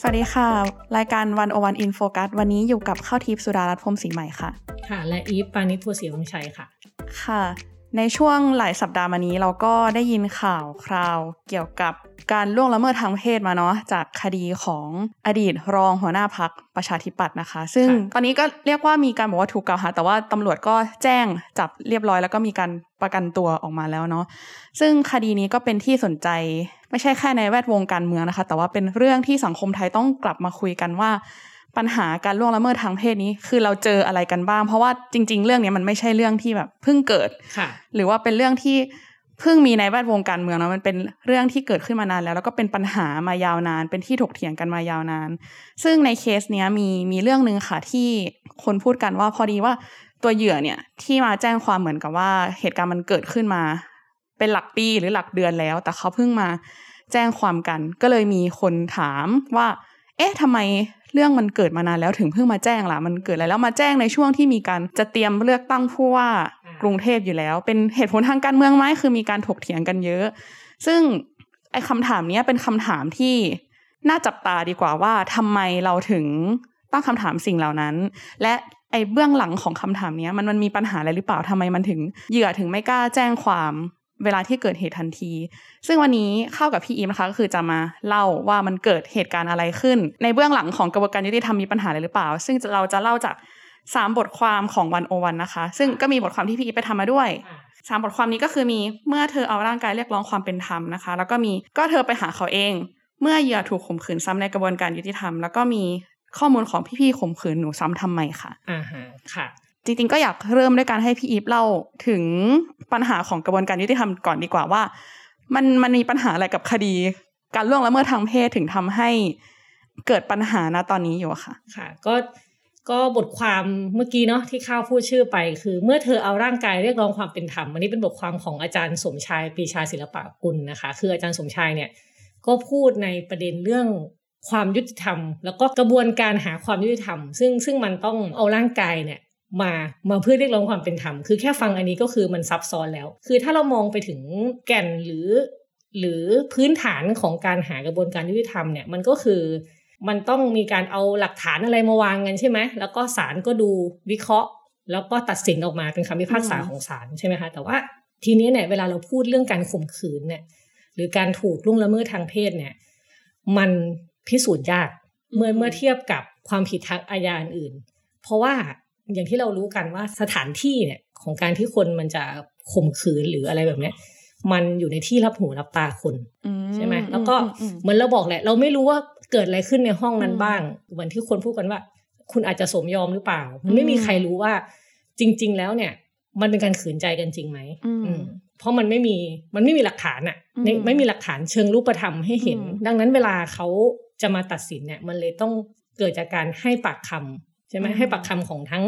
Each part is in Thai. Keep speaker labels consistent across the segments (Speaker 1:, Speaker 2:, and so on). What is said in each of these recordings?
Speaker 1: สวัสดีค่ะ รายการวันโอวันอินโฟกัสวันนี้อยู่กับข้าวทิพย์สุดารัตน์พรหมศรีใหม่ค่ะ
Speaker 2: ค่ะ และอีฟปานิชทัวศรีวงชัยค่ะ
Speaker 1: ค่ะ ในช่วงหลายสัปดาห์มานี้เราก็ได้ยินข่าวคราวเกี่ยวกับการล่วงละเมิดทางเพศมาเนาะจากคดีของอดีตรองหัวหน้าพักประชาธิปัตย์นะคะ ซึ่ง
Speaker 2: ค่ะ
Speaker 1: ตอนนี้ก็เรียกว่ามีการบอกว่าถูกกล่าวหาแต่ว่าตำรวจก็แจ้งจับเรียบร้อยแล้วก็มีการประกันตัวออกมาแล้วเนาะ ซึ่งคดีนี้ก็เป็นที่สนใจไม่ใช่แค่ในแวดวงการเมืองนะคะ แต่ว่าเป็นเรื่องที่สังคมไทยต้องกลับมาคุยกันว่า ปัญหาการล่วงละเมิดทางเพศนี้ คือเราเจออะไรกันบ้าง เพราะว่าจริง ๆ เรื่องนี้มันไม่ใช่เรื่องที่แบบเพิ่งเกิด
Speaker 2: ค่ะ
Speaker 1: หรือว่าเป็นเรื่องที่เพิ่งมีในแวดวงการเมืองเนอะมันเป็นเรื่องที่เกิดขึ้นมานานแล้ว แล้วก็เป็นปัญหามายาวนาน เป็นที่ถกเถียงกันมายาวนาน ซึ่งในเคสเนี้ยมีมีเรื่องหนึ่งค่ะที่คนพูดกันว่าพอดีว่าตัวเหยื่อเนี่ยที่มาแจ้งความเหมือนกับว่าเหตุการณ์มันเกิดขึ้นมา เป็นหลักปีหรือหลักเดือนแล้ว แต่เขาเพิ่งมาแจ้งความกัน ก็เลยมีคนถามว่า เอ๊ะทำไมเรื่องมันเกิดมานานแล้วถึงเพิ่งมาแจ้งล่ะ มันเกิดอะไรแล้วมาแจ้งในช่วงที่มีการจะเตรียมเลือกตั้งผู้ว่า
Speaker 2: อ่าก
Speaker 1: รุงเทพอยู่แล้ว เป็นเหตุผลทางการเมืองไหมคือมีการถกเถียงกันเยอะ ซึ่งไอ้คำถามเนี้ยเป็นคำถามที่น่าจับตาดีกว่าว่าทำไมเราถึงตั้งคำถามสิ่งเหล่านั้น และไอ้เบื้องหลังของคำถามเนี้ยมันมันมีปัญหาอะไรหรือเปล่าทำไมมันถึงเหยื่อถึงไม่กล้าแจ้งความเวลาที่เกิดเหตุทันที ซึ่งวันนี้เข้ากับพี่อีมนะคะก็คือจะมาเล่าว่ามันเกิดเหตุการณ์อะไรขึ้น ในเบื้องหลังของกระบวนการยุติธรรมมีปัญหาอะไรหรือเปล่า ซึ่งเราจะเล่าจากสามบทความของวันโอวันนะคะ ซึ่งก็มีบทความที่พี่อีฟไปทำมาด้วย
Speaker 2: อ่า
Speaker 1: สามบทความนี้ก็คือมีเมื่อเธอเอาร่างกายเรียกร้องความเป็นธรรมนะคะ แล้วก็มีก็เธอไปหาเขาเอง เมื่อเหยื่อถูกข่มขืนซ้ำในกระบวนการยุติธรรม แล้วก็มีข้อมูลของพี่ๆข่มขืนหนูซ้ำทำไมค่ะ
Speaker 2: อ่าฮะค่ะ
Speaker 1: จริงๆก็อยากเริ่มด้วยการให้พี่อีฟเล่าถึงปัญหาของกระบวนการยุติธรรมก่อนดีกว่าว่า มันมันมีปัญหาอะไรกับคดี การล่วงละเมิดทางเพศถึงทำให้เกิดปัญหานะตอนนี้อยู่อะค่ะ
Speaker 2: ค่ะ ก็ ก็บทความเมื่อกี้เนาะที่ข้าวพูดชื่อไป คือ เมื่อเธอเอาร่างกายเรียกร้องความเป็นธรรม อันนี้เป็นบทความของอาจารย์สมชายปรีชาศิลปะกุลนะคะ คืออาจารย์สมชายเนี่ย ก็พูดในประเด็นเรื่องความยุติธรรม แล้วก็กระบวนการหาความยุติธรรม ซึ่งซึ่งมันต้องเอาร่างกายเนี่ยมามาเพื่อเรียกร้องความเป็นธรรม คือแค่ฟังอันนี้ก็คือมันซับซ้อนแล้ว คือถ้าเรามองไปถึงแก่นหรือ หรือพื้นฐานของการหากระบวนการยุติธรรมเนี่ยมันก็คือ มันต้องมีการเอาหลักฐานอะไรมาวางกันใช่ไหม แล้วก็ศาลก็ดูวิเคราะห์ แล้วก็ตัดสินออกมาเป็นคำพิพากษา
Speaker 1: อืม
Speaker 2: ของศาลใช่ไหมคะ แต่ว่าทีนี้เนี่ยเวลาเราพูดเรื่องการข่มขืนเนี่ย หรือการถูกล่วงละเมิดทางเพศเนี่ย มันพิสูจน์ยากเมื่อเมื่อเทียบกับความผิดทางอาญาอื่น เพราะว่าอย่างที่เรารู้กันว่าสถานที่เนี่ยของการที่คนมันจะข่มขืนหรืออะไรแบบเนี้ย มันอยู่ในที่รับหูรับตาคน ใช่ไหมแล้วก็เหมือนเราบอกแหละ เราไม่รู้ว่าเกิดอะไรขึ้นในห้องนั้น
Speaker 1: อืม
Speaker 2: บ้างเหมือนที่คนพูดกันว่า คุณอาจจะสมยอมหรือเปล่า มันไม่มี
Speaker 1: อืม
Speaker 2: ใครรู้ว่า จริง ๆ แล้วเนี่ย มันเป็นการขืนใจกันจริงไหม
Speaker 1: อืม
Speaker 2: อืมเพราะมันไม่มีมันไม่มีหลักฐานอะ
Speaker 1: อืม
Speaker 2: ในไม่มีหลักฐานเชิงรูปธรรมให้เห็น
Speaker 1: อืม
Speaker 2: ดังนั้นเวลาเขาจะมาตัดสินเนี่ย มันเลยต้องเกิดจากการให้ปากคำใช่ไหม
Speaker 1: อืม
Speaker 2: ให้ปากคำของทั้ง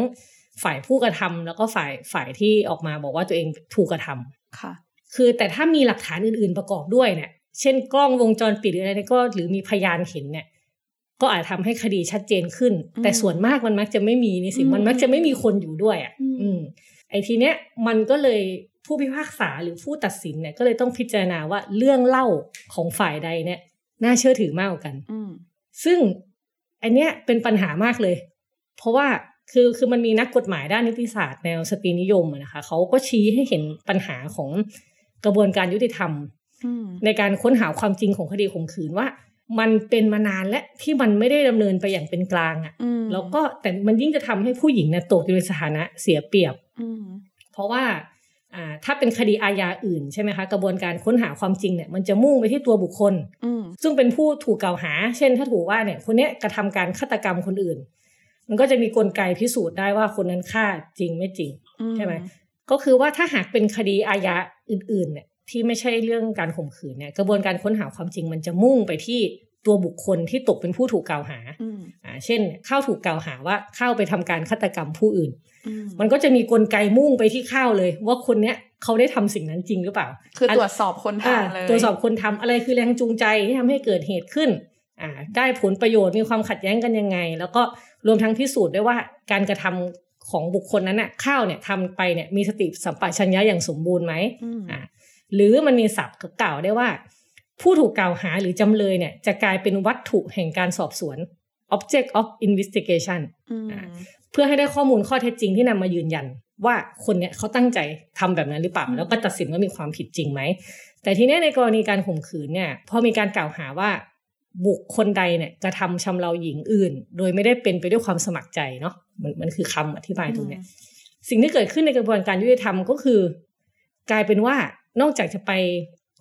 Speaker 2: ฝ่ายผู้กระทำแล้วก็ฝ่ายฝ่ายที่ออกมาบอกว่าตัวเองถูกกระทำ
Speaker 1: ค่ะ
Speaker 2: คือแต่ถ้ามีหลักฐานอื่น ๆประกอบด้วยเนี่ยเช่นกล้องวงจรปิดหรืออะไรเนี่ยก็หรือมีพยานเห็นเนี่ย ก็อาจทำให้คดีชัดเจนขึ้น
Speaker 1: อืม
Speaker 2: แต่ส่วนมากมันมักจะไม่มีนี่สิ
Speaker 1: อืม
Speaker 2: มันมักจะไม่มีคนอยู่ด้วยอ่ะ
Speaker 1: อืม
Speaker 2: อืมไอ้ทีเนี้ยมันก็เลยผู้พิพากษาหรือผู้ตัดสินเนี่ยก็เลยต้องพิจารณาว่าเรื่องเล่าของฝ่ายใดเนี่ยน่าเชื่อถือมากกว่ากัน
Speaker 1: อืม
Speaker 2: ซึ่งอันเนี้ยเป็นปัญหามากเลย เพราะว่าคือคือมันมีนักกฎหมายด้านนิติศาสตร์แนวสตรีนิยมอะนะคะเขาก็ชี้ให้เห็นปัญหาของกระบวนการยุติธรรม
Speaker 1: อืม
Speaker 2: ในการค้นหาความจริงของคดีข่มขืนว่า มันเป็นมานานและที่มันไม่ได้ดำเนินไปอย่างเป็นกลางอะ่ะ
Speaker 1: อืม
Speaker 2: แล้วก็แต่มันยิ่งจะทำให้ผู้หญิงเนี่ยตกอยู่ในสถานะเสียเปรียบ
Speaker 1: อืม
Speaker 2: เพราะว่าอ่าถ้าเป็นคดีอาญาอื่นใช่ไหมคะกระบวนการค้นหาความจริงเนี่ยมันจะมุ่งไปที่ตัวบุคคล
Speaker 1: อืม
Speaker 2: ซึ่งเป็นผู้ถูกกล่าวหา เช่น ถ้าถูกว่าเนี่ย คนเนี้ยกระทำการฆาตกรรมคนอื่น มันก็จะมีกลไกพิสูจน์ได้ว่าคนนั้นฆ่าจริงไม่จริง ใช่ไหม ก็คือว่าถ้าหากเป็นคดีอาญาอื่น ๆ เนี่ย ที่ไม่ใช่เรื่องการข่มขืนเนี่ย กระบวนการค้นหาความจริงมันจะมุ่งไปที่ ตัวบุคคลที่ตกเป็นผู้ถูกกล่าวหา
Speaker 1: อืม
Speaker 2: อ่าเช่นข้าวถูกกล่าวหาว่าข้าวไปทำการฆาตกรรมผู้อื่น
Speaker 1: อื
Speaker 2: มันก็จะมีกลไกมุ่งไปที่ข้าวเลย ว่าคนเนี้ยเขาได้ทำสิ่งนั้นจริงหรือเปล่า
Speaker 1: คือตรวจสอบคน
Speaker 2: อ่า
Speaker 1: ทำเลย
Speaker 2: ตรวจสอบคนทำอะไรคือแรงจูงใจที่ทำให้เกิดเหตุขึ้นอ่าได้ผลประโยชน์มีความขัดแย้งกันยังไง แล้วก็รวมทั้งพิสูจน์ด้วยว่าการกระทำของบุคคลนั้นน่ะข้าวเนี่ยทำไปเนี่ยมีสติสัมปชัญญะอย่างสมบูรณ์ไหม
Speaker 1: อืม
Speaker 2: อ่าหรือมันมีศัพท์กล่าวได้ว่า ผู้ถูกกล่าวหาหรือจำเลยเนี่ยจะกลายเป็นวัตถุแห่งการสอบสวน object of investigation
Speaker 1: อืม
Speaker 2: เพื่อให้ได้ข้อมูลข้อเท็จจริงที่นำมายืนยัน ว่าคนเนี่ยเขาตั้งใจทำแบบนั้นหรือเปล่า แล้วก็ตัดสินว่ามีความผิดจริงไหม แต่ทีเนี้ยในกรณีการข่มขืนเนี่ยพอมีการกล่าวหาว่าบุคคลใดเนี่ยกระทำชำเราหญิงอื่น โดยไม่ได้เป็นไปด้วยความสมัครใจเนาะมันมันคือคำอธิบายตรงเนี้ยสิ่งที่เกิดขึ้นในกระบวนการยุติธรรมก็คือ กลายเป็นว่านอกจากจะไป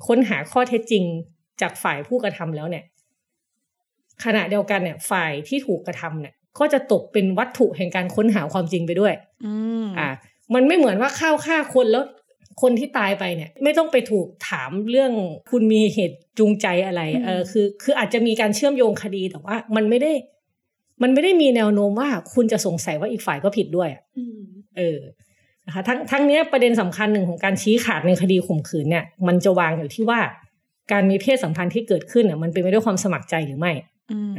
Speaker 2: ค้นหาข้อเท็จจริงจากฝ่ายผู้กระทำแล้วเนี่ย ขณะเดียวกันเนี่ยฝ่ายที่ถูกกระทำเนี่ยก็จะตกเป็นวัตถุแห่งการค้นหาความจริงไปด้วย
Speaker 1: อืม
Speaker 2: อ่า มันไม่เหมือนว่าเข้าวฆ่าคนแล้วคนที่ตายไปเนี่ย ไม่ต้องไปถูกถามเรื่องคุณมีเหตุจูงใจอะไร เออคือ คืออาจจะมีการเชื่อมโยงคดีแต่ว่า มันไม่ได้ มันไม่ได้มีแนวโน้มว่าคุณจะสงสัยว่าอีกฝ่ายก็ผิดด้วยอะ
Speaker 1: อืม
Speaker 2: เออ นะคะ ทั้งทั้งเนี้ยประเด็นสำคัญหนึ่งของการชี้ขาดในคดีข่มขืนเนี่ย มันจะวางอยู่ที่ว่าการมีเพศสัมพันธ์ที่เกิดขึ้นเนี่ยมันเป็นไปด้วยความสมัครใจหรือไม่
Speaker 1: อืม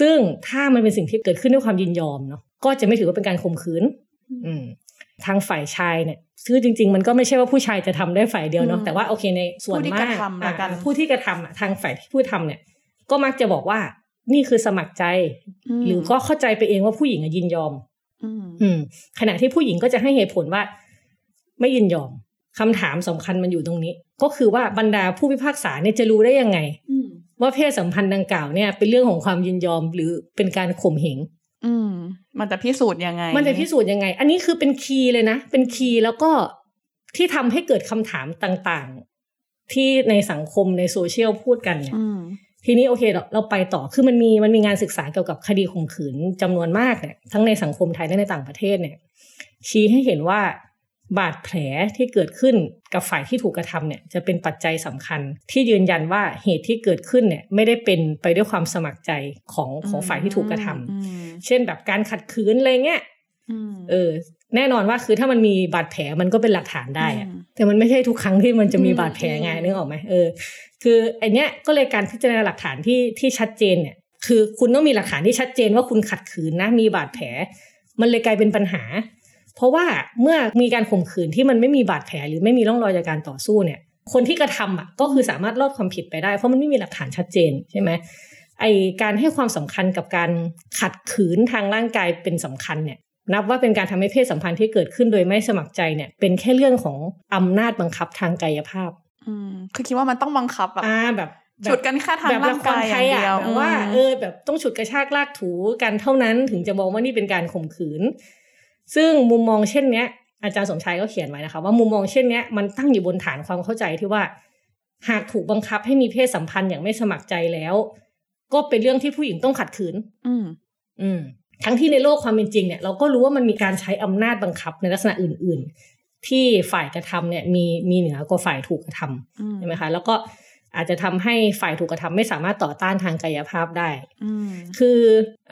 Speaker 2: ซึ่งถ้ามันเป็นสิ่งที่เกิดขึ้นด้วยความยินยอมเนาะก็จะไม่ถือว่าเป็นการข่มขืน อืม ทางฝ่ายชายเนี่ยซึ่งจริง ๆ มันก็ไม่ใช่ว่าผู้ชายจะทำได้ฝ่ายเดียวเนาะแต่ว่าโอเคในส่วน
Speaker 1: ผู้ที่
Speaker 2: มาก
Speaker 1: กระทำละกัน
Speaker 2: อ่าผู้ที่กระทำอ่ะทางฝ่ายที่ผู้ทำเนี่ย ก็มักจะบอกว่านี่คือสมัครใจ
Speaker 1: ม
Speaker 2: หรือก็เข้าใจไปเองว่าผู้หญิงอะยินยอม
Speaker 1: อืม
Speaker 2: อืมขณะที่ผู้หญิงก็จะให้เหตุผลว่า ไม่ยินยอมคำถามสำคัญมันอยู่ตรงนี้ ก็คือว่าบรรดาผู้พิพากษาเนี่ยจะรู้ได้ยังไง
Speaker 1: อืม
Speaker 2: ว่าเพศสัมพันธ์ดังกล่าวเนี่ยเป็นเรื่องของความยินยอมหรือเป็นการข่มเหง
Speaker 1: อืมมันจะพิสูจน์ยังไง
Speaker 2: มันจะพิสูจน์ยังไง อันนี้คือเป็นคีย์เลยนะ เป็นคีย์แล้วก็ที่ทำให้เกิดคำถามต่างๆ ที่ในสังคมในโซเชียลพูดกันเนี่ย
Speaker 1: อืม
Speaker 2: ทีนี้โอเคเราเราไปต่อ คือมันมีมันมีงานศึกษาเกี่ยวกับคดีข่มขืนจำนวนมากเนี่ย ทั้งในสังคมไทยและในต่างประเทศเนี่ย ชี้ให้เห็นว่าบาดแผลที่เกิดขึ้นกับฝ่ายที่ถูกกระทำเนี่ย จะเป็นปัจจัยสำคัญ ที่ยืนยันว่าเหตุที่เกิดขึ้นเนี่ย ไม่ได้เป็นไปด้วยความสมัครใจของของฝ่ายที่ถูกกระทำ
Speaker 1: อืม
Speaker 2: เช่นแบบการขัดขืนอะไรเงี้ย
Speaker 1: อืม
Speaker 2: เออแน่นอนว่าคือถ้ามันมีบาดแผลมันก็เป็นหลักฐานได้อะ
Speaker 1: อืม
Speaker 2: แต่มันไม่ใช่ทุกครั้งที่มันจะมี
Speaker 1: อืม
Speaker 2: บาดแผลไง
Speaker 1: อืม
Speaker 2: นึกออกไหมเออคือไอนเนี้ยก็เลยการพิจารณาหลักฐานที่ที่ชัดเจนเนี่ย คือคุณต้องมีหลักฐานที่ชัดเจนว่าคุณขัดขืนนะมีบาดแผล มันเลยกลายเป็นปัญหา เพราะว่าเมื่อมีการข่มขืนที่มันไม่มีบาดแผลหรือไม่มีร่องรอยจากการต่อสู้เนี่ย คนที่กระทำอ่ะก็คือสามารถลอดความผิดไปได้เพราะมันไม่มีหลักฐานชัดเจนใช่ไหมไอการให้ความสำคัญกับการขัดขืนทางร่างกายเป็นสำคัญเนี่ย นับว่าเป็นการทำให้เพศสัมพันธ์ที่เกิดขึ้นโดยไม่สมัครใจเนี่ยเป็นแค่เรื่องของอำนาจบังคับทางกายภาพ
Speaker 1: อืมคือคิดว่ามันต้องบังคับแบบ
Speaker 2: อ่าแบบแบบ
Speaker 1: ฉุดกันแค่ทาง
Speaker 2: แบบ
Speaker 1: ร่างกาย
Speaker 2: ละคร
Speaker 1: อ
Speaker 2: ไท
Speaker 1: ย่างเดียว
Speaker 2: อะแบบว่า
Speaker 1: อืม
Speaker 2: เออแบบต้องฉุดกระชากลากถูกันเท่านั้นถึงจะมองว่านี่เป็นการข่มขืน ซึ่งมุมมองเช่นเนี้ย อาจารย์สมชายก็เขียนไว้นะคะ ว่ามุมมองเช่นเนี้ยมันตั้งอยู่บนฐานความเข้าใจที่ว่า หากถูกบังคับให้มีเพศสัมพันธ์อย่างไม่สมัครใจแล้ว ก็เป็นเรื่องที่ผู้หญิงต้องขัดขืน
Speaker 1: อืม
Speaker 2: อืมทั้งที่ในโลกความเป็นจริงเนี่ยเราก็รู้ว่ามันมีการใช้อำนาจบังคับในลักษณะอื่น ๆ ที่ฝ่ายกระทำเนี่ยมีมีเหนือกว่าฝ่ายถูกกระทำ
Speaker 1: อืม
Speaker 2: ใช่ไหมคะ แล้วก็อาจจะทำให้ฝ่ายถูกกระทำไม่สามารถต่อต้านทางกายภาพได้
Speaker 1: อืม
Speaker 2: คือ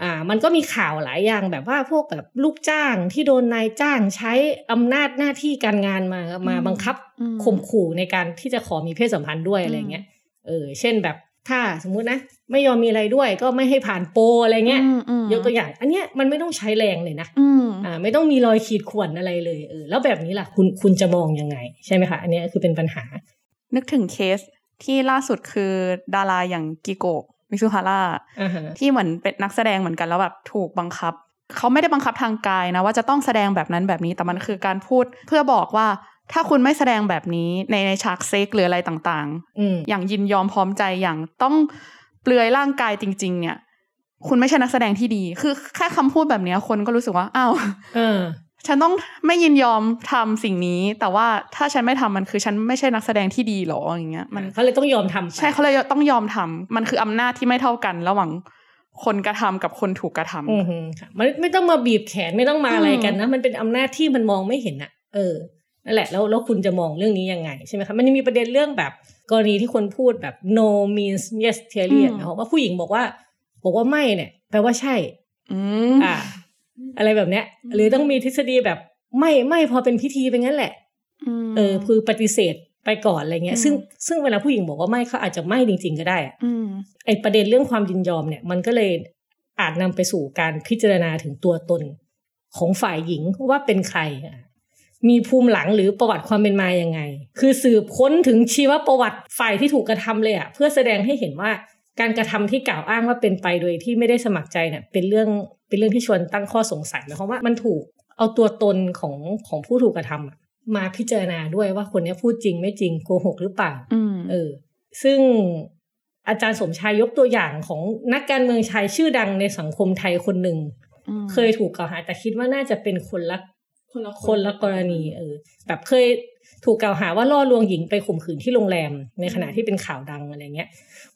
Speaker 2: อ่ามันก็มีข่าวหลายอย่างแบบว่าพวกแบบลูกจ้างที่โดนนายจ้างใช้อำนาจหน้าที่การงานมามาบังคับ
Speaker 1: อืม
Speaker 2: ข่มขู่ในการที่จะขอมีเพศสัมพันธ์ด้วยอะไรเงี้ย เออ เช่นแบบถ้าสมมุตินะ ไม่ยอมมีอะไรด้วยก็ไม่ให้ผ่านโปรอะไรเงี้ย
Speaker 1: อืมอืม
Speaker 2: ยกตัวอย่าง อันเนี้ยมันไม่ต้องใช้แรงเลยนะ
Speaker 1: อืม
Speaker 2: อ่าไม่ต้องมีรอยขีดข่วนอะไรเลยเออแล้วแบบนี้ล่ะคุณคุณจะมองยังไง ใช่ไหมคะอันเนี้ยคือเป็นปัญหา
Speaker 1: นึกถึงเคสที่ล่าสุดคือดาราอย่างกิโกะมิซุฮาร่า
Speaker 2: อ่าฮะ
Speaker 1: ที่เหมือนเป็นนักแสดงเหมือนกันแล้วแบบถูกบังคับ เขาไม่ได้บังคับทางกายนะ ว่าจะต้องแสดงแบบนั้นแบบนี้แต่มันคือการพูด เพื่อบอกว่าถ้าคุณไม่แสดงแบบนี้ในในฉากเซ็กหรืออะไรต่างๆ
Speaker 2: อืม
Speaker 1: อย่างยินยอมพร้อมใจอย่างต้องเปลือยร่างกายจริง ๆ เนี่ย คุณไม่ใช่นักแสดงที่ดี คือแค่คำพูดแบบเนี้ยคนก็รู้สึกว่า อ้าว
Speaker 2: เออ
Speaker 1: ฉันต้องไม่ยินยอมทำสิ่งนี้ แต่ว่าถ้าฉันไม่ทำมันคือฉันไม่ใช่นักแสดงที่ดีหรออย่างเงี้ย
Speaker 2: มั
Speaker 1: มัน น
Speaker 2: เขาเลยต้องยอมทำไป
Speaker 1: ใช่เขาเลยต้องยอมทำมันคืออำนาจที่ไม่เท่ากัน ระหว่างคนกระทำกับคนถูกกระทำ
Speaker 2: อือหือค่ะมันไม่ต้องมาบีบแขนไม่ต้องมาอะไร
Speaker 1: อืม
Speaker 2: กันนะ มันเป็นอำนาจที่มันมองไม่เห็นอะเออ นั่นแหละแล้วแล้วคุณจะมองเรื่องนี้ยังไงใช่ไหมคะมันยังมีประเด็นเรื่องแบบกรณีที่คนพูดแบบ no means yes theory
Speaker 1: อืม
Speaker 2: นะคะว่าผู้หญิงบอกว่า บอกว่าไม่เนี่ยแปลว่าใช่
Speaker 1: อืม
Speaker 2: อ่า อะไรแบบเนี้ย หรือต้องมีทฤษฎีแบบไม่ไม่พอเป็นพิธีเป็นงั้นแหละ เออคือปฏิเสธไปก่อนอะไรเงี้ย ซึ่ง
Speaker 1: อืม
Speaker 2: ซึ่งเวลาผู้หญิงบอกว่าไม่เขาอาจจะไม่จริง ๆ ก็ได้อะ
Speaker 1: ม
Speaker 2: ไอประเด็นเรื่องความยินยอมเนี่ย มันก็เลยอาจนำไปสู่การพิจารณาถึงตัวตนของฝ่ายหญิงว่าเป็นใครอ่ะมีภูมิหลังหรือประวัติความเป็นมายังไง คือสืบค้นถึงชีวประวัติฝ่ายที่ถูกกระทำเลยอ่ะเพื่อแสดงให้เห็นว่าการกระทำที่กล่าวอ้างว่าเป็นไปโดยที่ไม่ได้สมัครใจเนี่ยเป็นเรื่องเป็นเรื่องที่ชวนตั้งข้อสงสัยหมายความว่ามันถูกเอาตัวตนของของผู้ถูกกระทำอะ มาพิจารณาด้วยว่าคนเนี้ยพูดจริงไม่จริงโกหกหรือเปล่า
Speaker 1: อืม
Speaker 2: เออ ซึ่งอาจารย์สมชายยกตัวอย่างของนักการเมืองชายชื่อดังในสังคมไทยคนหนึ่ง
Speaker 1: ม
Speaker 2: เคยถูกกล่าวหาแต่คิดว่าน่าจะเป็นคนละ
Speaker 3: คนละ
Speaker 2: คนละกรณี เออ แบบเคยถูกกล่าวหาว่าล่อลวงหญิงไปข่มขืนที่โรงแรม ในขณะที่เป็นข่าวดังอะไรเงี้ย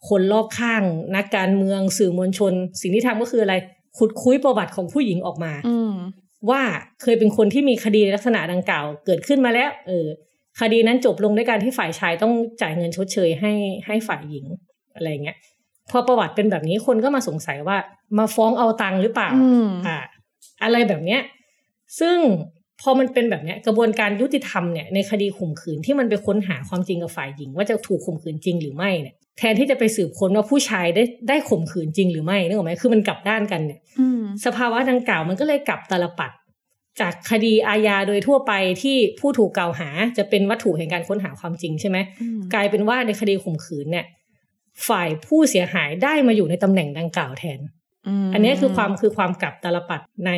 Speaker 2: คนรอบข้างนักการเมืองสื่อมวลชน สิ่งที่ทำก็คืออะไรขุดคุ้ยประวัติของผู้หญิงออกมา
Speaker 1: อืม
Speaker 2: ว่าเคยเป็นคนที่มีคดีในลักษณะดังกล่าวเกิดขึ้นมาแล้ว เออ คดีนั้นจบลงด้วยการที่ฝ่ายชายต้องจ่ายเงินชดเชยให้ให้ฝ่ายหญิงอะไรเงี้ย พอประวัติเป็นแบบนี้คนก็มาสงสัยว่า มาฟ้องเอาตังค์หรือเปล่า
Speaker 1: อืม
Speaker 2: อ่า อะไรแบบเนี้ย ซึ่งพอมันเป็นแบบเนี้ยกระบวนการยุติธรรมเนี่ยในคดีข่มขืนที่มันไปค้นหาความจริงกับฝ่ายหญิง ว่าจะถูกข่มขืนจริงหรือไม่เนี่ย แทนที่จะไปสืบค้นว่าผู้ชายได้ได้ข่มขืนจริงหรือไม่นึกออกไหมคือมันกลับด้านกันเนี่ย
Speaker 1: อืม
Speaker 2: สภาวะดังกล่าวมันก็เลยกลับตาลปัด จากคดีอาญาโดยทั่วไปที่ผู้ถูกกล่าวหาจะเป็นวัตถุแห่งการค้นหาความจริงใช่ไหม
Speaker 1: อืม
Speaker 2: กลายเป็นว่าในคดีข่มขืนเนี่ย ฝ่ายผู้เสียหายได้มาอยู่ในตำแหน่งดังกล่าวแทน
Speaker 1: ม
Speaker 2: อันนี้คือความคือความกลับตาลปัดใน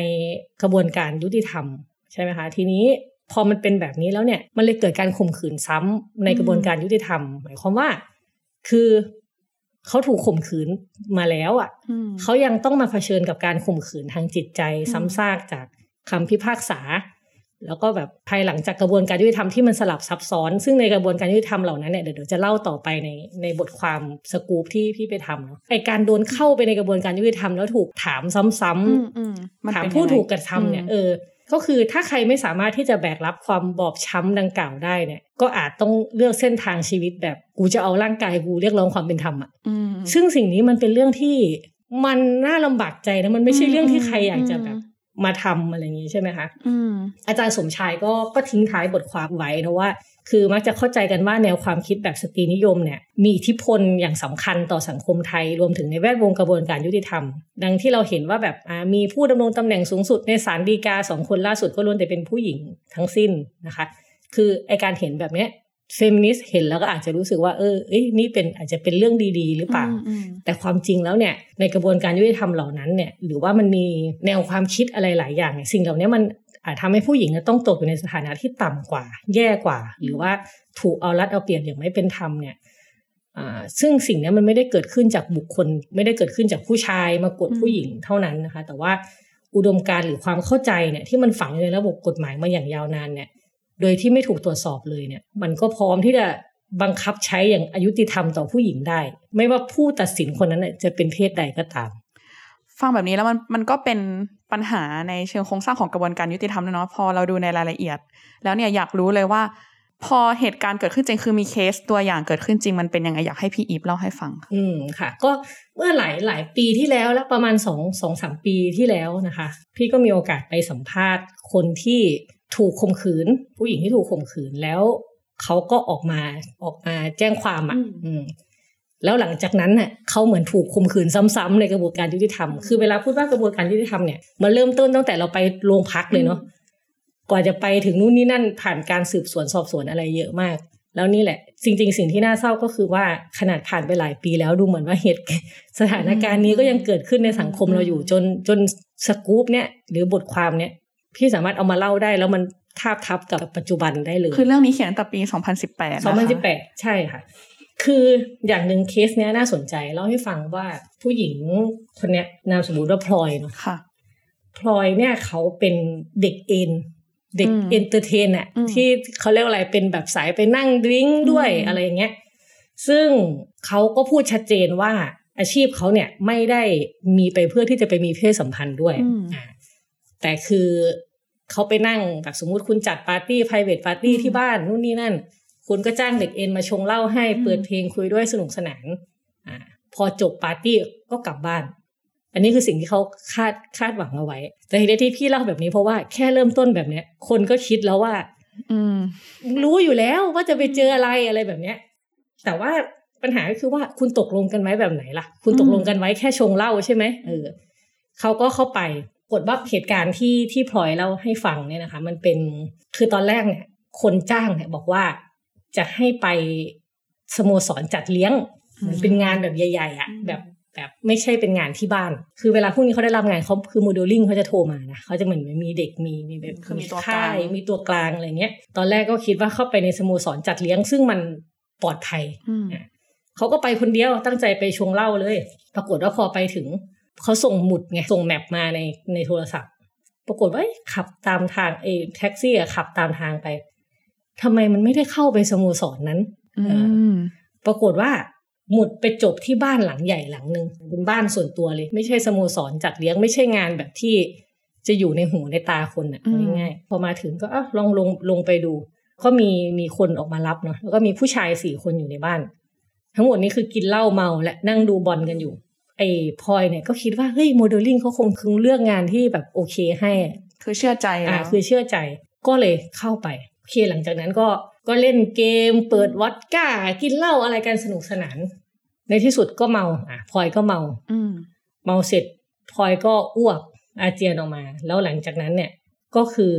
Speaker 2: กระบวนการยุติธรรมใช่ไหมคะทีนี้พอมันเป็นแบบนี้แล้วเนี่ย มันเลยเกิดการข่มขืนซ้ำในกระบวนการยุติธรรม หมายความว่า คือเขาถูกข่มขืนมาแล้วอ่ะ
Speaker 1: อืม
Speaker 2: เขายังต้องมาเผชิญกับการข่มขืนทางจิตใจ
Speaker 1: อืม
Speaker 2: ซ้ำซากจากคำพิพากษา แล้วก็แบบภายหลังจากกระบวนการยุติธรรมที่มันสลับซับซ้อน ซึ่งในกระบวนการยุติธรรมเหล่านั้นเนี่ยเดี๋ยวเดี๋ยวจะเล่าต่อไปในในบทความสกู๊ปที่พี่ไปทำเนาะไอการโดนเข้าไปในกระบวนการยุติธรรมแล้วถูกถามซ้ำ
Speaker 1: อืม
Speaker 2: ๆ
Speaker 1: อืมมัน
Speaker 2: ถาม
Speaker 1: เป็นยังไง
Speaker 2: ผู้ถูกกระทำเนี่ย
Speaker 1: อืม
Speaker 2: เออ ก็คือถ้าใครไม่สามารถที่จะแบกรับความบอบช้ำดังกล่าวได้เนี่ย ก็อาจต้องเลือกเส้นทางชีวิตแบบกูจะเอาร่างกายกูเรียกร้องความเป็นธรรมอะ
Speaker 1: อืม
Speaker 2: ซึ่งสิ่งนี้มันเป็นเรื่องที่มันน่าลำบากใจนะมันไม่ใช่เรื่องที่ใครอยากจะแบบมาทำอะไรอย่างนี้ใช่ไหมคะ
Speaker 1: อืม
Speaker 2: อาจารย์สมชายก็ก็ทิ้งท้ายบทความไว้นะว่า คือมักจะเข้าใจกันว่าแนวความคิดแบบสตรีนิยมเนี่ยมีอิทธิพลอย่างสำคัญต่อสังคมไทยรวมถึงในแวดวงกระบวนการยุติธรรม ดังที่เราเห็นว่าแบบอ่ามีผู้ดำรงตำแหน่งสูงสุดในศาลฎีกาสองคนล่าสุดก็ล้วนแต่เป็นผู้หญิงทั้งสิ้นนะคะ คือไอการเห็นแบบเนี้ยเฟมินิสต์เห็นแล้วก็อาจจะรู้สึกว่าเออเอ้ยนี่เป็นอาจจะเป็นเรื่องดีๆ หรือเปล่า
Speaker 1: อืม
Speaker 2: แต่ความจริงแล้วเนี่ยในกระบวนการยุติธรรมเหล่านั้นเนี่ยหรือว่ามันมีแนวความคิดอะไรหลายอย่างเนี่ยสิ่งเหล่านี้มันอาจทำให้ผู้หญิงเนี่ยต้องตกอยู่ในสถานะที่ต่ำกว่า แย่กว่า หรือว่าถูกเอารัดเอาเปรียบอย่างไม่เป็นธรรมเนี่ยอ่าซึ่งสิ่งเนี้ยมันไม่ได้เกิดขึ้นจากบุคคล ไม่ได้เกิดขึ้นจากผู้ชายมากดผู้หญิงเท่านั้นนะคะ แต่ว่าอุดมการณ์หรือความเข้าใจเนี่ยที่มันฝังอยู่ในระบบกฎหมายมาอย่างยาวนานเนี่ย โดยที่ไม่ถูกตรวจสอบเลยเนี่ย มันก็พร้อมที่จะบังคับใช้อย่างอายุติธรรมต่อผู้หญิงได้ ไม่ว่าผู้ตัดสินคนนั้นน่ะจะเป็นเพศใดก็ตาม
Speaker 1: ฟังแบบนี้แล้วมันมันก็เป็นปัญหาในเชิงโครงสร้างของกระบวนการยุติธรรมนะเนาะพอเราดูในรายละเอียด แล้วเนี่ยอยากรู้เลยว่า พอเหตุการณ์เกิดขึ้นจริงคือมีเคสตัวอย่างเกิดขึ้นจริงมันเป็นยังไงอยากให้พี่อีฟเล่าให้ฟังค่ะ
Speaker 2: อืมค่ะ ก็เมื่อหลายหลายปีที่แล้วแล้วประมาณสองสองสามปีที่แล้วนะคะ พี่ก็มีโอกาสไปสัมภาษณ์คนที่ถูกข่มขืน ผู้หญิงที่ถูกข่มขืนแล้วเขาก็ออกมาออกมาแจ้งความอ่ะอืมแล้วหลังจากนั้นน่ะเขาเหมือนถูกข่มขืนซ้ำๆในกระบวนการยุติธรรมคือเวลาพูดว่ากระบวนการยุติธรรมเนี่ยมันเริ่มต้นตั้งแต่เราไปโรงพักเลยเนาะกว่าจะไปถึงนู่นนี่นั่นผ่านการสืบสวนสอบสวนอะไรเยอะมาก แล้วนี่แหละจริง ๆ สิ่งที่น่าเศร้าก็คือว่าขนาดผ่านไปหลายปีแล้วดูเหมือนว่าเหตุ สถานการณ์นี้ก็ยังเกิดขึ้นในสังคมเราอยู่จนจนสกู๊ปเนี่ยหรือบทความเนี่ยพี่สามารถเอามาเล่าได้ แล้วมันทาบทับกับปัจจุบันได้เลย
Speaker 1: คือเรื่องนี้เขียนตั้งแต่ปี 2018
Speaker 2: 2018 ใช่ค่ะ คืออย่างหนึ่งเคสเนี้ยน่าสนใจเล่าให้ฟังว่าผู้หญิงคนเนี้ยนามสมมติว่าพลอยเนาะ
Speaker 1: 2018 ค่ะ
Speaker 2: พลอยเนี่ยเขาเป็นเด็กเอ็นเด็ก
Speaker 1: อืม
Speaker 2: เอนเตอร์เทนอะ
Speaker 1: อืม
Speaker 2: ที่เขาเรียกอะไรเป็นแบบสายไปนั่งดริ้งก์ด้วย
Speaker 1: อืม
Speaker 2: อะไรอย่างเงี้ยซึ่งเขาก็พูดชัดเจนว่าอาชีพเขาเนี่ยไม่ได้มีไปเพื่อที่จะไปมีเพศสัมพันธ์ด้วย
Speaker 1: อืม
Speaker 2: อ่าแต่คือ เขาไปนั่งแบบสมมุติคุณจัดปาร์ตี้ private party
Speaker 1: อืม
Speaker 2: ที่บ้านนู่นนี่นั่น คุณก็จ้างเด็กเอ็นมาชงเหล้าให้
Speaker 1: อืม
Speaker 2: เปิดเพลงคุยด้วยสนุกสนานอ่าพอจบปาร์ตี้ก็กลับบ้าน อันนี้คือสิ่งที่เขาคาดคาดหวังเอาไว้ แต่ทีนี้ที่พี่เล่าแบบนี้เพราะว่าแค่เริ่มต้นแบบเนี้ย คนก็คิดแล้วว่า
Speaker 1: อืม
Speaker 2: รู้อยู่แล้วว่าจะไปเจออะไรอะไรแบบเนี้ย แต่ว่าปัญหาก็คือว่าคุณตกลงกันไว้แบบไหนล่ะ คุณตกลงกันไว้แค่ชงเหล้าใช่ไหมเออเขาก็เข้าไปปรากฏว่าเหตุการณ์ที่ที่พลอยเล่าให้ฟังเนี่ยนะคะ มันเป็นคือตอนแรกเนี่ย คนจ้างเนี่ยบอกว่าจะให้ไปสโมสรจัดเลี้ยงเหมือนเป็นงานแบบใหญ่ๆอ่ะ
Speaker 1: อืม
Speaker 2: แบบแบบไม่ใช่เป็นงานที่บ้าน คือเวลาพวกนี้เขาได้รับงานเขาคือโมเดลลิ่งเขาจะโทรมานะเขาจะเหมือนมีเด็กมีมีแบบ
Speaker 1: คือมีตัวกลาง
Speaker 2: ค่ายมีตัวกลางอะไรเงี้ย ตอนแรกก็คิดว่าเข้าไปในสโมสรจัดเลี้ยง ซึ่งมันปลอดภัย
Speaker 1: อืม
Speaker 2: เขาก็ไปคนเดียวตั้งใจไปชงเหล้าเลย ปรากฏว่าพอไปถึง เขาส่งหมุดไง ส่งแมปมาในในโทรศัพท์ ปรากฏว่าเอ้ยขับตามทางเอยแท็กซี่อะขับตามทางไปทำไมมันไม่ได้เข้าไปสโมสรนั้น
Speaker 1: อืม
Speaker 2: ปรากฏว่าหมุดไปจบที่บ้านหลังใหญ่หลังหนึ่งเป็นบ้านส่วนตัวเลย ไม่ใช่สโมสรจัดเลี้ยงไม่ใช่งานแบบที่จะอยู่ในหูในตาคนอ่ะ
Speaker 1: อืม
Speaker 2: ง่ายๆพอมาถึงก็เอ้าลองลงลงไปดู ก็มีมีคนออกมารับเนาะแล้วก็มีผู้ชายสี่คนอยู่ในบ้าน ทั้งหมดนี้คือกินเหล้าเมาและนั่งดูบอลกันอยู่ ไอ้พลอยเนี่ยก็คิดว่าเฮ้ยโมเดลลิ่งเขาคงคงเลือกงานที่แบบโอเคให้อะ
Speaker 1: คือเชื่อใจ
Speaker 2: อ่า
Speaker 1: แล้ว
Speaker 2: คือเชื่อใจก็เลยเข้าไปโอเคหลังจากนั้นก็ก็เล่นเกม เปิดวอดก้า กินเหล้าอะไรกันสนุกสนาน ในที่สุดก็เมาอ่ะพลอยก็เมา
Speaker 1: ม
Speaker 2: เมาเสร็จพลอยก็อ้วกอาเจียนออกมา แล้วหลังจากนั้นเนี่ยก็คือ